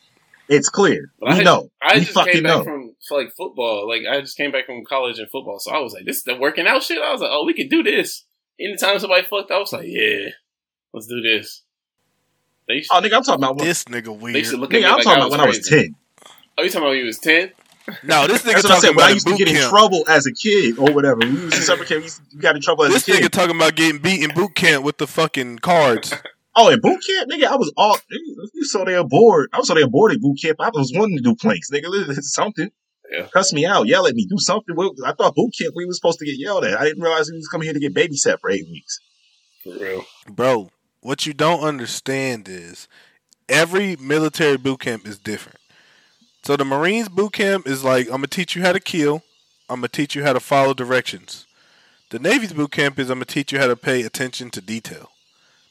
Speaker 4: It's clear.
Speaker 5: But I-
Speaker 4: we know.
Speaker 5: I
Speaker 4: we
Speaker 5: just came
Speaker 4: fucking
Speaker 5: back
Speaker 4: know.
Speaker 5: from for like football. Like I just came back from college and football, so I was like, this is the working out shit. I was like, oh, we can do this. Anytime somebody fucked, I was like, yeah, let's do this. They used
Speaker 4: Oh, nigga, I'm talking about when,
Speaker 3: This nigga
Speaker 5: they used to
Speaker 3: weird.
Speaker 5: look at
Speaker 4: nigga,
Speaker 5: me
Speaker 4: I'm
Speaker 5: like
Speaker 4: talking
Speaker 5: I
Speaker 4: about
Speaker 5: was
Speaker 4: when I was
Speaker 5: crazy.
Speaker 4: ten.
Speaker 5: Oh, you talking about when you was ten?
Speaker 3: No,
Speaker 4: <laughs>
Speaker 3: this nigga
Speaker 4: That's what I
Speaker 3: talking
Speaker 4: said. When I
Speaker 3: about
Speaker 4: used to
Speaker 3: boot
Speaker 4: get in
Speaker 3: camp.
Speaker 4: trouble as a kid or whatever, we used to separate. We used to- we got in trouble as
Speaker 3: This
Speaker 4: a kid.
Speaker 3: nigga talking about getting beat in boot camp with the fucking cards.
Speaker 4: Oh, in boot camp, nigga, I was all you so they bored. I was so they bored at boot camp. I was wanting to do planks, nigga. Listen, Something.
Speaker 5: Yeah.
Speaker 4: Cuss me out, yell at me, do something. Well, I thought boot camp we was supposed to get yelled at. I didn't realize we was coming here to get babysat for eight weeks.
Speaker 5: For real.
Speaker 3: Bro, what you don't understand is every military boot camp is different. So the Marines boot camp is like, I'm gonna teach you how to kill, I'm gonna teach you how to follow directions. The Navy's boot camp is I'm gonna teach you how to pay attention to detail.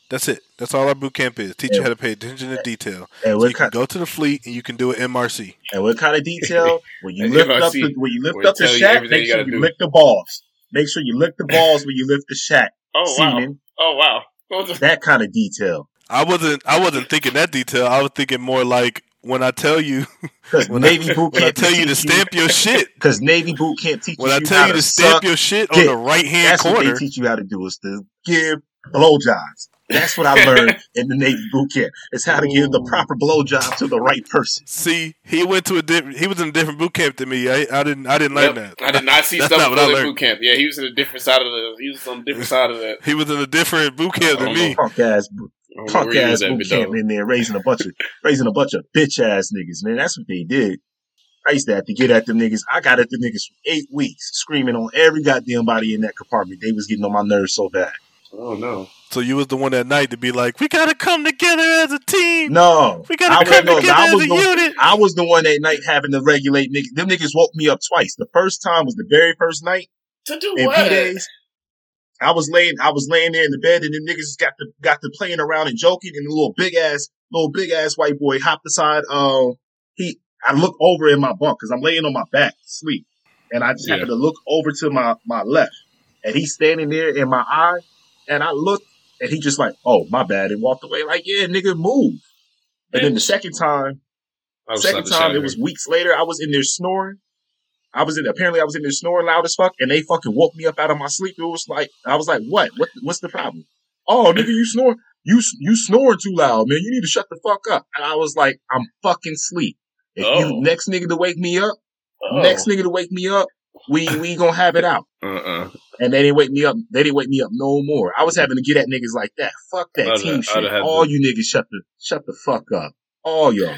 Speaker 3: That's it. That's all our boot camp is. Teach you how to pay attention to detail.
Speaker 4: And
Speaker 3: So
Speaker 4: what
Speaker 3: you can
Speaker 4: kind?
Speaker 3: go to the fleet and you can do an MRC.
Speaker 4: And what kind of
Speaker 5: <laughs>
Speaker 4: detail? When you
Speaker 5: And
Speaker 4: lift
Speaker 5: MRC,
Speaker 4: up the when you
Speaker 5: where
Speaker 4: lift
Speaker 5: it
Speaker 4: up the
Speaker 5: tell you
Speaker 4: shack,
Speaker 5: everything
Speaker 4: make
Speaker 5: you
Speaker 4: sure
Speaker 5: gotta
Speaker 4: you
Speaker 5: do.
Speaker 4: lick the balls. Make sure you lick the balls when you lift the shack.
Speaker 5: Oh wow.
Speaker 4: Seaman,
Speaker 5: Oh wow. <laughs> What the-
Speaker 4: that kind of detail.
Speaker 3: I wasn't I wasn't thinking that detail. I was thinking more like when I tell you
Speaker 4: Because
Speaker 3: When I-
Speaker 4: Navy boot <laughs>
Speaker 3: when I
Speaker 4: camp
Speaker 3: tell you to stamp your shit.
Speaker 4: Because Navy boot camp teaches
Speaker 3: When I
Speaker 4: you how
Speaker 3: tell you to
Speaker 4: suck
Speaker 3: stamp your shit on
Speaker 4: dick.
Speaker 3: the right hand
Speaker 4: That's what
Speaker 3: corner.
Speaker 4: they teach you how to do is to give blowjobs. That's what I
Speaker 5: <laughs>
Speaker 4: learned in the Navy boot camp. It's how to give the proper blowjob to the right person.
Speaker 3: See, he went to a different. He was in a different boot camp than me. I, I didn't. I didn't like
Speaker 5: Yep.
Speaker 3: that.
Speaker 5: I did not see
Speaker 3: That's
Speaker 5: stuff
Speaker 3: not what I
Speaker 5: before that
Speaker 3: learned.
Speaker 5: boot camp. Yeah, he was in a different side of the. He was on a different side of that.
Speaker 3: He was in a different boot camp
Speaker 4: Oh,
Speaker 3: than me.
Speaker 4: Punk ass,
Speaker 5: I don't know where
Speaker 4: punk
Speaker 5: you
Speaker 4: ass
Speaker 5: was at,
Speaker 4: boot
Speaker 5: big
Speaker 4: camp
Speaker 5: dog.
Speaker 4: in there, raising a bunch of raising a bunch of bitch ass niggas. Man, that's what they did. I used to have to get at them niggas. I got at the niggas for eight weeks, screaming on every goddamn body in that compartment. They was getting on my nerves so bad.
Speaker 5: Oh no.
Speaker 3: So you was the one that night to be like, "We gotta come together as a team.
Speaker 4: No,
Speaker 3: we gotta
Speaker 4: was-
Speaker 3: come
Speaker 4: no,
Speaker 3: together
Speaker 4: I
Speaker 3: as
Speaker 4: was
Speaker 3: a
Speaker 4: gonna-
Speaker 3: unit."
Speaker 4: I was the one that night having to regulate niggas. Them niggas woke me up twice. The first time was the very first night.
Speaker 5: To do
Speaker 4: in
Speaker 5: what?
Speaker 4: P days. I was laying, I was laying there in the bed, and the niggas got the got to playing around and joking, and the little big ass, little big ass white boy hopped aside. Um, he, I look over in my bunk because I'm laying on my back asleep, and I just
Speaker 5: Yeah.
Speaker 4: happened to look over to my my left, and he's standing there in my eye, and I looked, and he just like, oh my bad, and walked away like, yeah, nigga, move. And then the second time,
Speaker 5: I was
Speaker 4: Second
Speaker 5: slapping the shit out
Speaker 4: time,
Speaker 5: of
Speaker 4: it
Speaker 5: him.
Speaker 4: was weeks later. I was in there snoring. I was in. Apparently, I was in there snoring loud as fuck, and they fucking woke me up out of my sleep. It was like I was like, "What? What? What's the problem? Oh, nigga, you snore. You you snoring too loud, man. You need to shut the fuck up." And I was like, "I'm fucking sleep. If
Speaker 5: Oh.
Speaker 4: you next nigga to wake me up,
Speaker 5: Oh.
Speaker 4: next nigga to wake me up, we we gonna have it out."
Speaker 5: Uh-uh.
Speaker 4: And they didn't wake me up. They didn't wake me up no more. I was having to get at niggas like that. Fuck that
Speaker 5: I'da-
Speaker 4: team shit.
Speaker 5: I'da had
Speaker 4: All
Speaker 5: to-
Speaker 4: you niggas, shut the shut the fuck up. All y'all.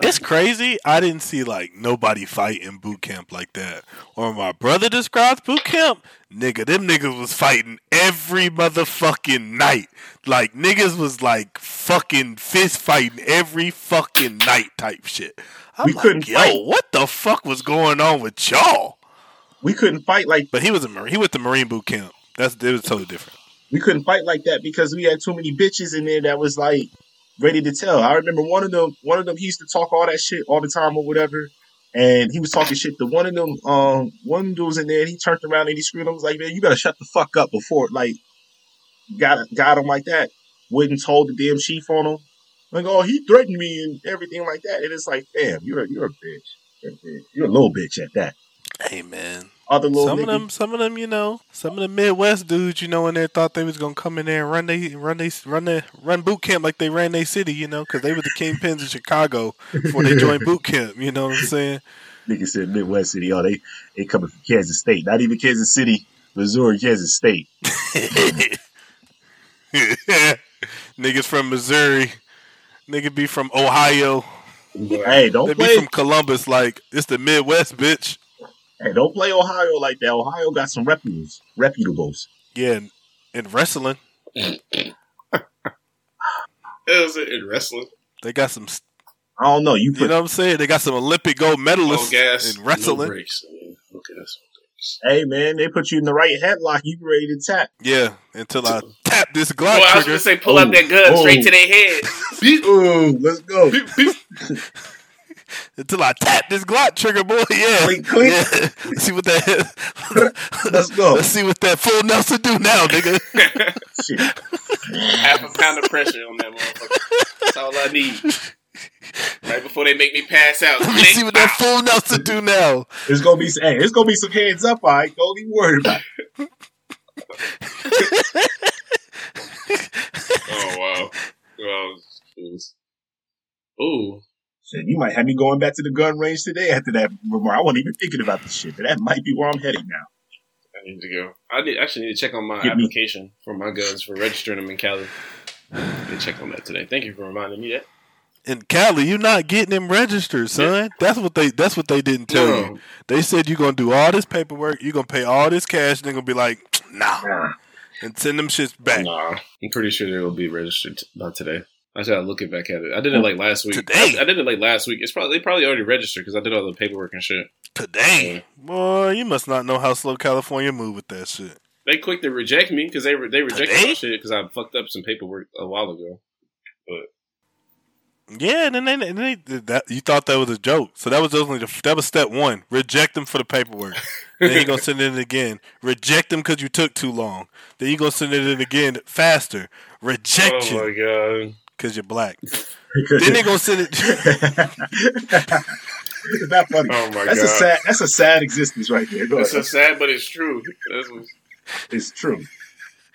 Speaker 3: It's crazy. I didn't see like nobody fight in boot camp like that. Or my brother describes boot camp. Nigga, them niggas was fighting every motherfucking night. Like niggas was like fucking fist fighting every fucking night type shit. I'm
Speaker 4: We
Speaker 3: like,
Speaker 4: couldn't
Speaker 3: yo,
Speaker 4: fight.
Speaker 3: what the fuck was going on with y'all?
Speaker 4: We couldn't fight like.
Speaker 3: But he was a marine. He went to marine boot camp. That's it was totally different.
Speaker 4: we couldn't fight like that because we had too many bitches in there that was like ready to tell. I remember one of them, one of them, he used to talk all that shit all the time or whatever. And he was talking shit to one of them, um, one dude was in there and he turned around and he screamed. I was like, man, you better shut the fuck up before, it, like, got, got him like that. Wouldn't told the damn chief on him. Like, oh, he threatened me and everything like that. And it's like, damn, you're a, you're a bitch. You're a bitch. You're a little bitch at that.
Speaker 3: Hey man.
Speaker 4: Other little
Speaker 3: Some
Speaker 4: nigga,
Speaker 3: of them some of them, you know, some of the Midwest dudes, you know, in there thought they was gonna come in there and run they run they run their run boot camp like they ran their city, you know, because they were the kingpins of Chicago before they joined boot camp, you know what I'm saying? <laughs>
Speaker 4: Nigga said Midwest City. Oh, they they coming from Kansas State. Not even Kansas City, Missouri, Kansas State.
Speaker 3: Niggas from Missouri. Nigga be from Ohio.
Speaker 4: Hey, don't
Speaker 3: They be
Speaker 4: play.
Speaker 3: from Columbus, like it's the Midwest, bitch.
Speaker 4: hey, don't play Ohio like that. Ohio got some reputables. Reputables.
Speaker 3: Yeah, and, and wrestling.
Speaker 5: It was in wrestling.
Speaker 3: They got some st-
Speaker 4: I don't know. You put.
Speaker 3: you know what I'm saying? They got some Olympic gold medalists
Speaker 5: All gas.
Speaker 3: in
Speaker 5: No
Speaker 3: wrestling.
Speaker 5: brakes. Yeah, no gas.
Speaker 4: Hey man, they put you in the right headlock. You ready to tap?
Speaker 3: yeah, until
Speaker 5: <laughs>
Speaker 3: I tap this Glock
Speaker 5: Well, I was
Speaker 3: trigger.
Speaker 5: gonna say pull out that gun
Speaker 4: Oh.
Speaker 5: straight to
Speaker 3: <laughs>
Speaker 5: their head.
Speaker 4: Ooh, let's go.
Speaker 5: Beep, beep.
Speaker 3: Until I tap this Glock trigger, boy. <laughs> Yeah.
Speaker 4: Click, click.
Speaker 3: Yeah. Let's see what that. <laughs>
Speaker 4: Let's go.
Speaker 3: Let's see what that full Nelson do now, nigga. <laughs>
Speaker 4: Shit.
Speaker 5: Half a pound of pressure on that motherfucker. That's all I need. Right before they make me pass out.
Speaker 3: Let me see what that fool knows to do now.
Speaker 4: It's gonna be hey, it's gonna be some hands up. All right, don't even worry about. it.
Speaker 5: oh wow. Well, jeez. Ooh.
Speaker 4: Shit, you might have me going back to the gun range today after that remark. I wasn't even thinking about this shit, but that might be where I'm headed now.
Speaker 5: I need to go. I need, actually need to check on my
Speaker 4: Give me-
Speaker 5: application for my guns for registering them in Cali. I need to check on that today. Thank you for reminding me that.
Speaker 3: In Cali, you're not getting them registered, son. That's what they. That's what they didn't tell you.
Speaker 5: No.
Speaker 3: They said you're gonna do all this paperwork. You're gonna pay all this cash. And they're gonna be like, nah,
Speaker 4: Nah,
Speaker 3: and send them shits back
Speaker 5: Nah, I'm pretty sure they will be registered t- by today. I should look it back at it. I did it like last week.
Speaker 3: Today?
Speaker 5: I, I did it like last week. It's probably they probably already registered because I did all the paperwork and shit.
Speaker 3: today. Boy, you must not know how slow California move with that shit.
Speaker 5: They quick to reject me because they re- they rejected
Speaker 3: Today?
Speaker 5: my shit because I fucked up some paperwork a while ago.
Speaker 3: Yeah, and then they, and they that you thought that was a joke. So that was only the, that was step one. Reject them for the
Speaker 5: <laughs>
Speaker 3: paperwork. then you're gonna send it in again. Reject them because you took too long. Then you're gonna send it in again faster. Reject
Speaker 5: Oh
Speaker 3: you
Speaker 5: my god!
Speaker 3: because you're
Speaker 5: <laughs>
Speaker 3: black. then they're gonna send it. <laughs>
Speaker 4: it's not funny.
Speaker 5: Oh my
Speaker 4: that's a
Speaker 5: God.
Speaker 4: sad. That's a sad existence right there. Go
Speaker 5: It's so
Speaker 4: ahead.
Speaker 5: sad, but it's true. That's what-
Speaker 4: it's true.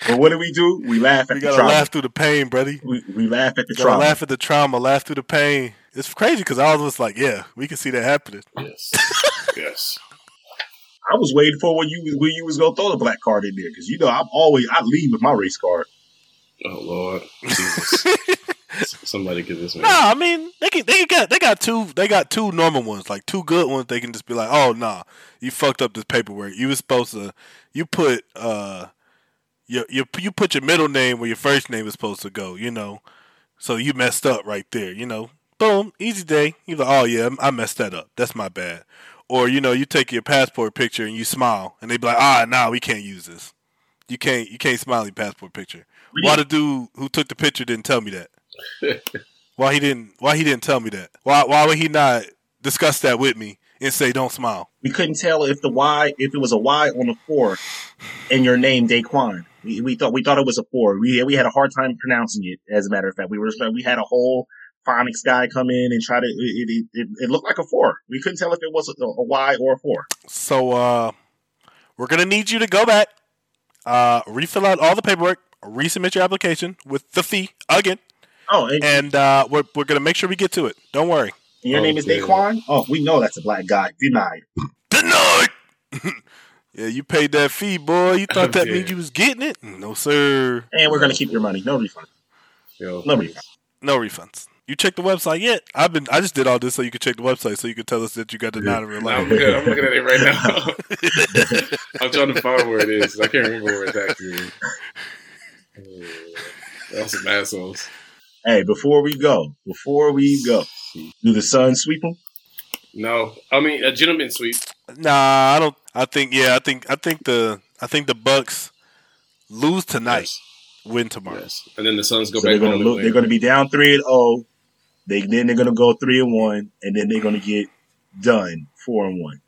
Speaker 4: But what do we do? We laugh at
Speaker 3: you
Speaker 4: the
Speaker 3: gotta
Speaker 4: trauma.
Speaker 3: laugh through the pain, buddy. You
Speaker 4: We, we laugh at the
Speaker 3: gotta
Speaker 4: trauma.
Speaker 3: laugh at the trauma. Laugh through the pain. It's crazy because all of us like, yeah, we can see that happening. <laughs>
Speaker 5: yes, yes.
Speaker 4: I was waiting for when you when you was gonna throw the black card in there because you know I'm always I leave with my race card.
Speaker 5: Oh lord,
Speaker 3: <laughs>
Speaker 5: Jesus! S- Somebody give this man.
Speaker 3: No, I mean they can, they got they got two they got two normal ones like two good ones. They can just be like, oh nah, you fucked up this paperwork. You was supposed to you put uh your you you put your middle name where your first name is supposed to go. You know, so you messed up right there. You know, boom, easy day. You like, oh yeah, I messed that up. That's my bad. Or you know, you take your passport picture and you smile, and they be like, ah, nah, we can't use this. You can't you can't smiley passport picture. Why the dude who took the picture didn't tell me that? Why he didn't? Why he didn't tell me that? Why? Why would he not discuss that with me and say, "Don't smile"?
Speaker 4: We couldn't tell if the Y if it was a Y on a four in your name Daquan. We, we thought we thought it was a four. We we had a hard time pronouncing it. As a matter of fact, we were we had a whole phonics guy come in and try to it it, it, it looked like a four. We couldn't tell if it was a, a Y or a four.
Speaker 3: So, uh, we're gonna need you to go back, uh, refill out all the paperwork, resubmit your application with the fee again,
Speaker 4: Oh, and
Speaker 3: and uh, we're we're gonna make sure we get to it. Don't worry.
Speaker 4: your name is
Speaker 5: Okay.
Speaker 4: Daquan. Oh, we know that's a black guy. Denied.
Speaker 3: Denied. <laughs> yeah, you paid that fee, boy. You
Speaker 5: <laughs>
Speaker 3: thought that
Speaker 5: Yeah.
Speaker 3: means you was getting it? No, sir.
Speaker 4: And we're gonna keep your money. No refund.
Speaker 5: Yo,
Speaker 4: No refund.
Speaker 3: No refunds. You checked the website yet? I've been. I just did all this so you could check the website, so you could tell us that you got denied in real
Speaker 5: <laughs> Nah, I'm,
Speaker 3: life.
Speaker 5: looking, I'm looking
Speaker 4: <laughs>
Speaker 5: at it right now. <laughs> I'm trying to find where it is. 'cause I can't remember where it's actually. is. Uh, That's some assholes.
Speaker 4: Hey, before we go, before we go, do the sun sweep them?
Speaker 5: No, I mean a gentleman sweep.
Speaker 3: Nah, I don't. I think yeah. I think I think the I think the Bucks lose tonight, win tomorrow.
Speaker 5: Yes. And then the Suns go
Speaker 4: So
Speaker 5: back
Speaker 4: they're gonna
Speaker 5: home.
Speaker 4: look,
Speaker 5: and
Speaker 4: they're
Speaker 5: win.
Speaker 4: gonna be down three and zero. They then they're gonna go three and one, and then they're gonna get done four and one.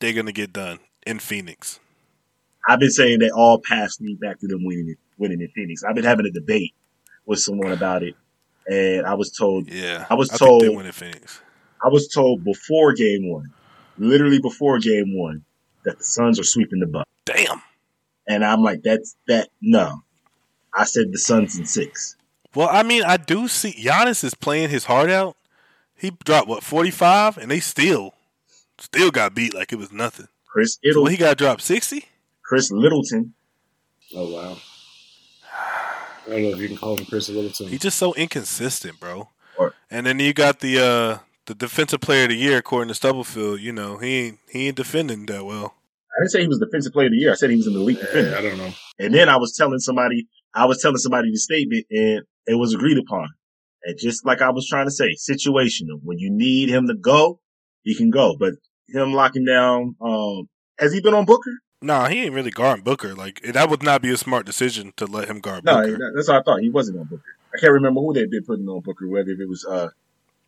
Speaker 3: They're gonna get done in Phoenix.
Speaker 4: I've been saying they all passed me back to them winning it, winning in Phoenix. I've been having a debate with someone about it, and I was told
Speaker 3: Yeah,
Speaker 4: I was
Speaker 3: think they
Speaker 4: told-
Speaker 3: win in Phoenix.
Speaker 4: I was told before game one, literally before game one, that the Suns are sweeping the Bucks,
Speaker 3: Damn.
Speaker 4: and I'm like, that's that no. I said the Suns in six.
Speaker 3: Well, I mean, I do see Giannis is playing his heart out. He dropped what forty five, and they still still got beat like it was nothing.
Speaker 4: Chris
Speaker 3: So
Speaker 4: Ittle,
Speaker 3: when he got dropped sixty,
Speaker 4: Chris Littleton.
Speaker 5: Oh wow. I don't know if you can call him Chris Littleton.
Speaker 3: he's just so inconsistent, bro.
Speaker 4: Or-
Speaker 3: And then you got the uh the defensive player of the year according to Stubblefield. You know he ain't he ain't defending that well.
Speaker 4: I didn't say he was defensive player of the year. I said he was an elite defender.
Speaker 5: Eh, I don't know.
Speaker 4: And then I was telling somebody, I was telling somebody the statement and it was agreed upon. And just like I was trying to say, situational. When you need him to go, he can go. But him locking down, um, has he been on Booker?
Speaker 3: Nah, he ain't really guarding Booker. Like that would not be a smart decision to let him guard
Speaker 4: No,
Speaker 3: Booker.
Speaker 4: that's what I thought. He wasn't on Booker. I can't remember who they'd been putting on Booker, whether it was, uh,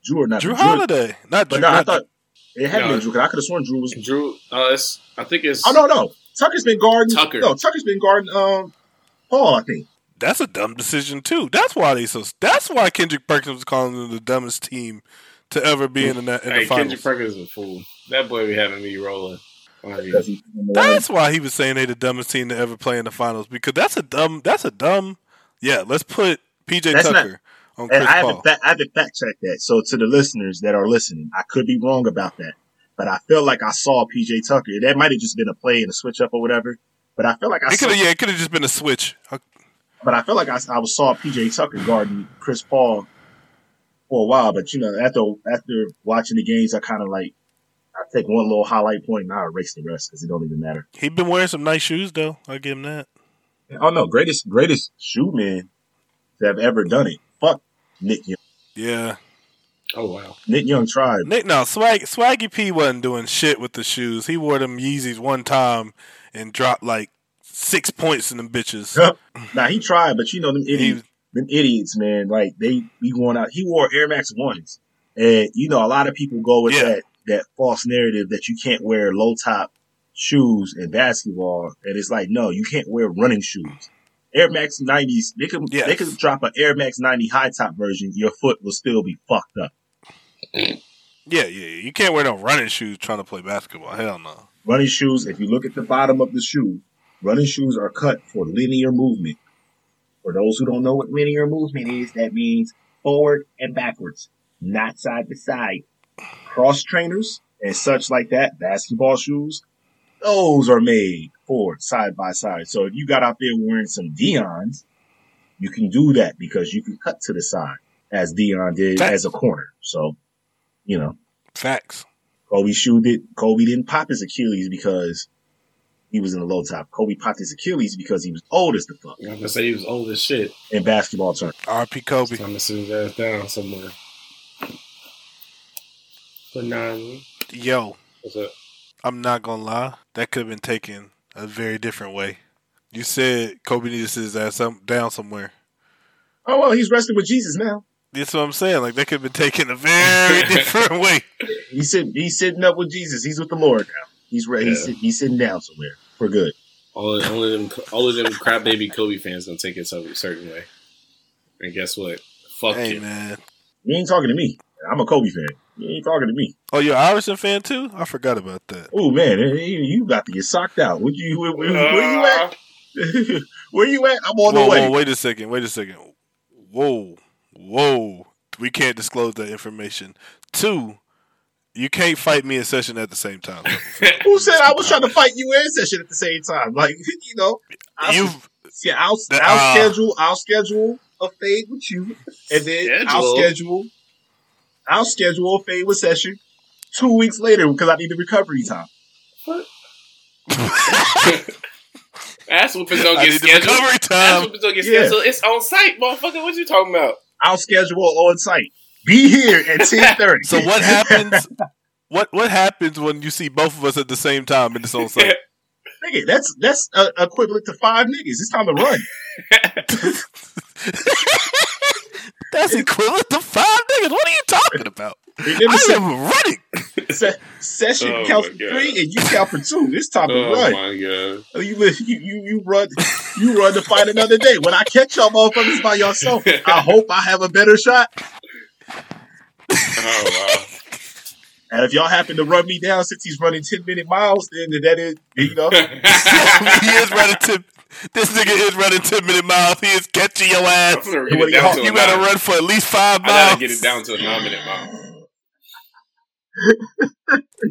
Speaker 4: Drew or not.
Speaker 3: Drew
Speaker 4: But
Speaker 3: Holiday, not
Speaker 4: But
Speaker 3: Drew.
Speaker 4: no, I
Speaker 3: not-
Speaker 4: thought it had
Speaker 5: No.
Speaker 4: been Drew because I could have sworn Drew was.
Speaker 5: Drew. Uh, it's, I think it's.
Speaker 4: Oh, no, no. Tucker's been guarding.
Speaker 5: Tucker.
Speaker 4: No, Tucker's been guarding, um, Paul, I think.
Speaker 3: that's a dumb decision too. That's why they so. That's why Kendrick Perkins was calling them the dumbest team to ever be in the in the
Speaker 5: Hey, Kendrick
Speaker 3: finals.
Speaker 5: Perkins is a fool. That boy be having me rolling. Why
Speaker 4: Because
Speaker 5: he-
Speaker 4: he-
Speaker 3: That's why he was saying they the dumbest team to ever play in the finals because that's a dumb. That's a dumb. Yeah, let's put PJ
Speaker 4: That's
Speaker 3: Tucker on Chris
Speaker 4: And I
Speaker 3: Paul.
Speaker 4: haven't, fa- I haven't fact checked that. So to the listeners that are listening, I could be wrong about that, but I feel like I saw PJ Tucker. That might have just been a play and a switch up or whatever. But I feel like I
Speaker 3: It could
Speaker 4: saw,
Speaker 3: have yeah, it could have just been a switch. Uh,
Speaker 4: but I feel like I, s- I was- saw PJ Tucker guarding Chris Paul for a while. But you know, after after watching the games, I kind of like I take one little highlight point and I erase the rest because it don't even matter.
Speaker 3: He been wearing some nice shoes though. I will give him that.
Speaker 4: Oh no, greatest greatest shoe man to have ever done it. Fuck Nick Young.
Speaker 3: Yeah,
Speaker 5: Oh wow.
Speaker 4: Nick Young tried. <laughs>
Speaker 3: Nick. No, Swag Swaggy P wasn't doing shit with the shoes. He wore them Yeezys one time and dropped like six points in them bitches.
Speaker 4: Now he tried, but you know them idiots.
Speaker 3: He-
Speaker 4: them idiots, man. Like they be going out. He wore Air Max ones, and you know a lot of people go with
Speaker 3: Yeah.
Speaker 4: that that false narrative that you can't wear low top shoes in basketball, and it's like no, you can't wear running shoes. Air Max nineties, they could
Speaker 3: Yes.
Speaker 4: they could drop an Air Max ninety high top version. Your foot will still be fucked up.
Speaker 3: Yeah, yeah, yeah. You can't wear no running shoes trying to play basketball. Hell no.
Speaker 4: Running shoes, if you look at the bottom of the shoe, running shoes are cut for linear movement. For those who don't know what linear movement is, that means forward and backwards, not side to side. Cross trainers and such like that, basketball shoes, those are made for side by side. So if you got out there wearing some Dion's, you can do that because you can cut to the side as Dion did
Speaker 3: That-
Speaker 4: as a corner. So, you know.
Speaker 3: Facts.
Speaker 4: Kobe shoe did Kobe didn't pop his Achilles because he was in the low top. Kobe popped his Achilles because he was old as the fuck
Speaker 5: I'm gonna say he was old as shit.
Speaker 4: in basketball terms.
Speaker 3: RP Kobe.
Speaker 5: Time to sit his ass down somewhere. But nah, man.
Speaker 3: Yo,
Speaker 5: what's up?
Speaker 3: I'm not gonna lie. That could have been taken a very different way. You said Kobe needed to sit his ass some, down somewhere.
Speaker 4: Oh well, he's resting with Jesus now.
Speaker 3: That's what I'm saying. Like that could have been taken a very different way.
Speaker 4: He's sitting he's sitting up with Jesus. He's with the Lord now. He's re- he's,
Speaker 5: Yeah.
Speaker 4: sit- he's sitting down somewhere for good.
Speaker 5: All, all of them, all of them crybaby Kobe fans gonna take it some a certain way. And guess what? Fuck
Speaker 3: Hey
Speaker 5: you.
Speaker 3: man.
Speaker 4: You ain't talking to me. I'm a Kobe fan. You ain't talking to me.
Speaker 3: Oh, you're an Iverson fan too? I forgot about that.
Speaker 4: Oh man, eh, eh, you about to get socked out. What you where, where- where you
Speaker 5: Uh,
Speaker 4: at? <laughs> where you at? I'm on
Speaker 3: Uh. whoa,
Speaker 4: the way.
Speaker 3: whoa, wait a second. Wait a second. Whoa, whoa. We can't disclose that information. Two, you can't fight me in session at the same
Speaker 5: <laughs>
Speaker 3: time.
Speaker 4: Who said I was trying to fight you and session at the same time? Like <laughs> you know, I
Speaker 3: you
Speaker 4: Yeah, I'll,
Speaker 3: That-
Speaker 4: I'll
Speaker 3: uh,
Speaker 4: schedule. I'll schedule a fade with you, and then I'll
Speaker 5: Schedule?
Speaker 4: schedule. I'll schedule a fade with session two weeks later because I need the recovery time.
Speaker 5: Ass whoopings don't
Speaker 3: I
Speaker 5: get
Speaker 3: need the
Speaker 5: scheduled.
Speaker 3: recovery
Speaker 5: <laughs> Ass
Speaker 3: time.
Speaker 5: whoopings don't get
Speaker 4: Yeah.
Speaker 5: scheduled. It's on site, motherfucker. What you talking about?
Speaker 4: I'll schedule on site. Be here
Speaker 5: <laughs>
Speaker 4: at ten thirty.
Speaker 3: So what happens? What what happens when you see both of us at the same time in this whole site?
Speaker 4: Nigga, that's that's uh, equivalent to five niggas. It's time to
Speaker 5: <laughs>
Speaker 4: run.
Speaker 3: That's equivalent to five niggas. What are you talking about?
Speaker 4: Remember,
Speaker 3: I
Speaker 4: se-
Speaker 3: am running. <laughs>
Speaker 4: se- session
Speaker 5: Oh
Speaker 4: counts for
Speaker 5: my God.
Speaker 4: three, and you count for two. It's time to
Speaker 5: <laughs> Oh
Speaker 4: run.
Speaker 5: my god.
Speaker 4: You, li- you you you run you run to fight another day. When I catch y'all motherfuckers by
Speaker 5: <laughs>
Speaker 4: yourself, I hope I have a better shot.
Speaker 5: Oh wow.
Speaker 4: And if y'all happen to run me down since he's running 10 minute miles, then that is, you know,
Speaker 3: he is running ten. This nigga is running ten minute miles. He is catching your
Speaker 5: I'm
Speaker 3: ass.
Speaker 5: gonna get it down to a
Speaker 3: You gotta
Speaker 5: nine.
Speaker 3: run for at least five
Speaker 5: I
Speaker 3: miles.
Speaker 5: gotta get it down to a nine minute mile.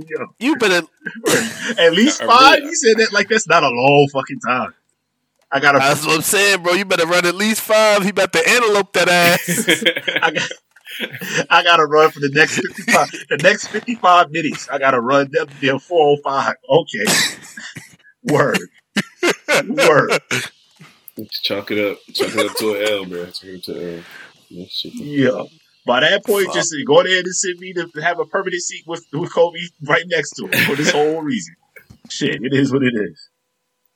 Speaker 4: yo,
Speaker 3: You better.
Speaker 4: at least
Speaker 5: I
Speaker 4: five.
Speaker 5: really-
Speaker 4: You said that like that's not a long fucking time. I got a,
Speaker 3: That's what I'm saying, bro. You better run at least five. He about to antelope that ass.
Speaker 4: <laughs> I got, <laughs> I got to run for the next 55, the next 55 minutes. I got to run them, them 405. Okay. Word. Word.
Speaker 5: <laughs> Chalk it up. Chalk it up to an L, bro. Chalk it up to an L. That shit.
Speaker 4: Yeah. By that point,
Speaker 3: Fuck.
Speaker 4: just go ahead and send me to have a permanent seat with, with Kobe right next to him for this whole reason. Shit, it is what it is.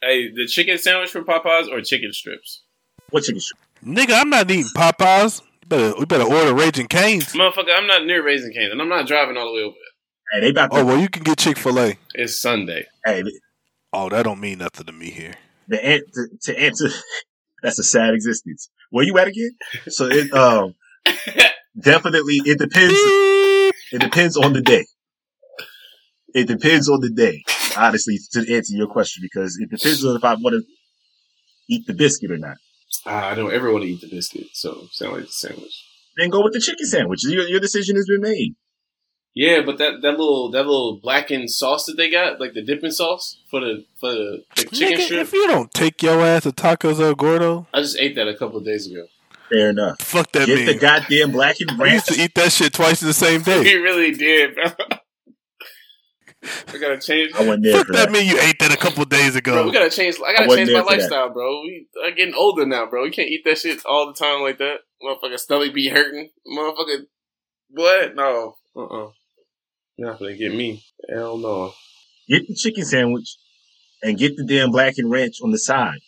Speaker 5: Hey, the chicken sandwich from Popeyes or chicken strips?
Speaker 4: What you can
Speaker 3: <laughs> Nigga, I'm not eating Popeyes. You better, we better order Raging Cane's.
Speaker 5: Motherfucker, I'm not near Raising Cane's, and I'm not driving all the way over there.
Speaker 4: Hey, they about to.
Speaker 3: Oh well, you can get Chick Fil A.
Speaker 5: It's Sunday.
Speaker 4: hey,
Speaker 3: Oh, that don't mean nothing to me here.
Speaker 4: the an- to, to answer <laughs> that's a sad existence. Where you at again? So it um definitely it depends.
Speaker 3: Beep.
Speaker 4: It depends on the day. It depends on the day, honestly, to answer your question, because it depends on if I want to eat the biscuit or not.
Speaker 5: Ah, I don't ever want to eat the biscuit, so sound like the sandwich.
Speaker 4: Then go with the chicken sandwich. Your, your decision has been made.
Speaker 5: Yeah, but that, that little that little blackened sauce that they got, like the dipping sauce for the for the, the chicken
Speaker 3: Nigga,
Speaker 5: strip,
Speaker 3: if you don't take your ass to Tacos El Gordo,
Speaker 5: I just ate that a couple of days ago.
Speaker 4: Fair enough.
Speaker 3: fuck that
Speaker 4: Get the
Speaker 3: man.
Speaker 4: goddamn blackened
Speaker 3: I used
Speaker 4: ranch.
Speaker 3: to eat that shit twice in the same day.
Speaker 5: He really did, bro. <laughs> I gotta change.
Speaker 4: I went there
Speaker 3: Fuck
Speaker 4: for
Speaker 3: that
Speaker 4: that.
Speaker 3: mean you ate that a couple days
Speaker 5: Bro,
Speaker 3: ago.
Speaker 5: we gotta change. I
Speaker 4: I
Speaker 5: gotta
Speaker 4: wasn't
Speaker 5: change my
Speaker 4: there for that.
Speaker 5: lifestyle, bro. We are getting older now, bro. We can't eat that shit all the time like that. Motherfucker, stomach be hurting. Motherfucker, what? No, uh, uh-uh. You're not gonna get me. Hell no.
Speaker 4: Get the chicken sandwich and get the damn blackened ranch on the side.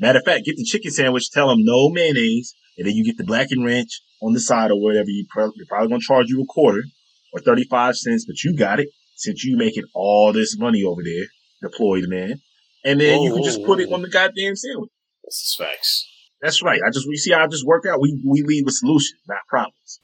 Speaker 4: Matter of fact, get the chicken sandwich, tell them no mayonnaise, and then you get the blackened ranch on the side or whatever. You prob- You're probably going to charge you a quarter or 35 cents, but you got it since you making all this money over there, deployed man. And then you can
Speaker 5: Whoa,
Speaker 4: just
Speaker 5: whoa,
Speaker 4: put it
Speaker 5: whoa.
Speaker 4: on the goddamn sandwich.
Speaker 5: This is facts.
Speaker 4: That's right. I just, you see, how I just work out. We, we lead with solutions, not problems.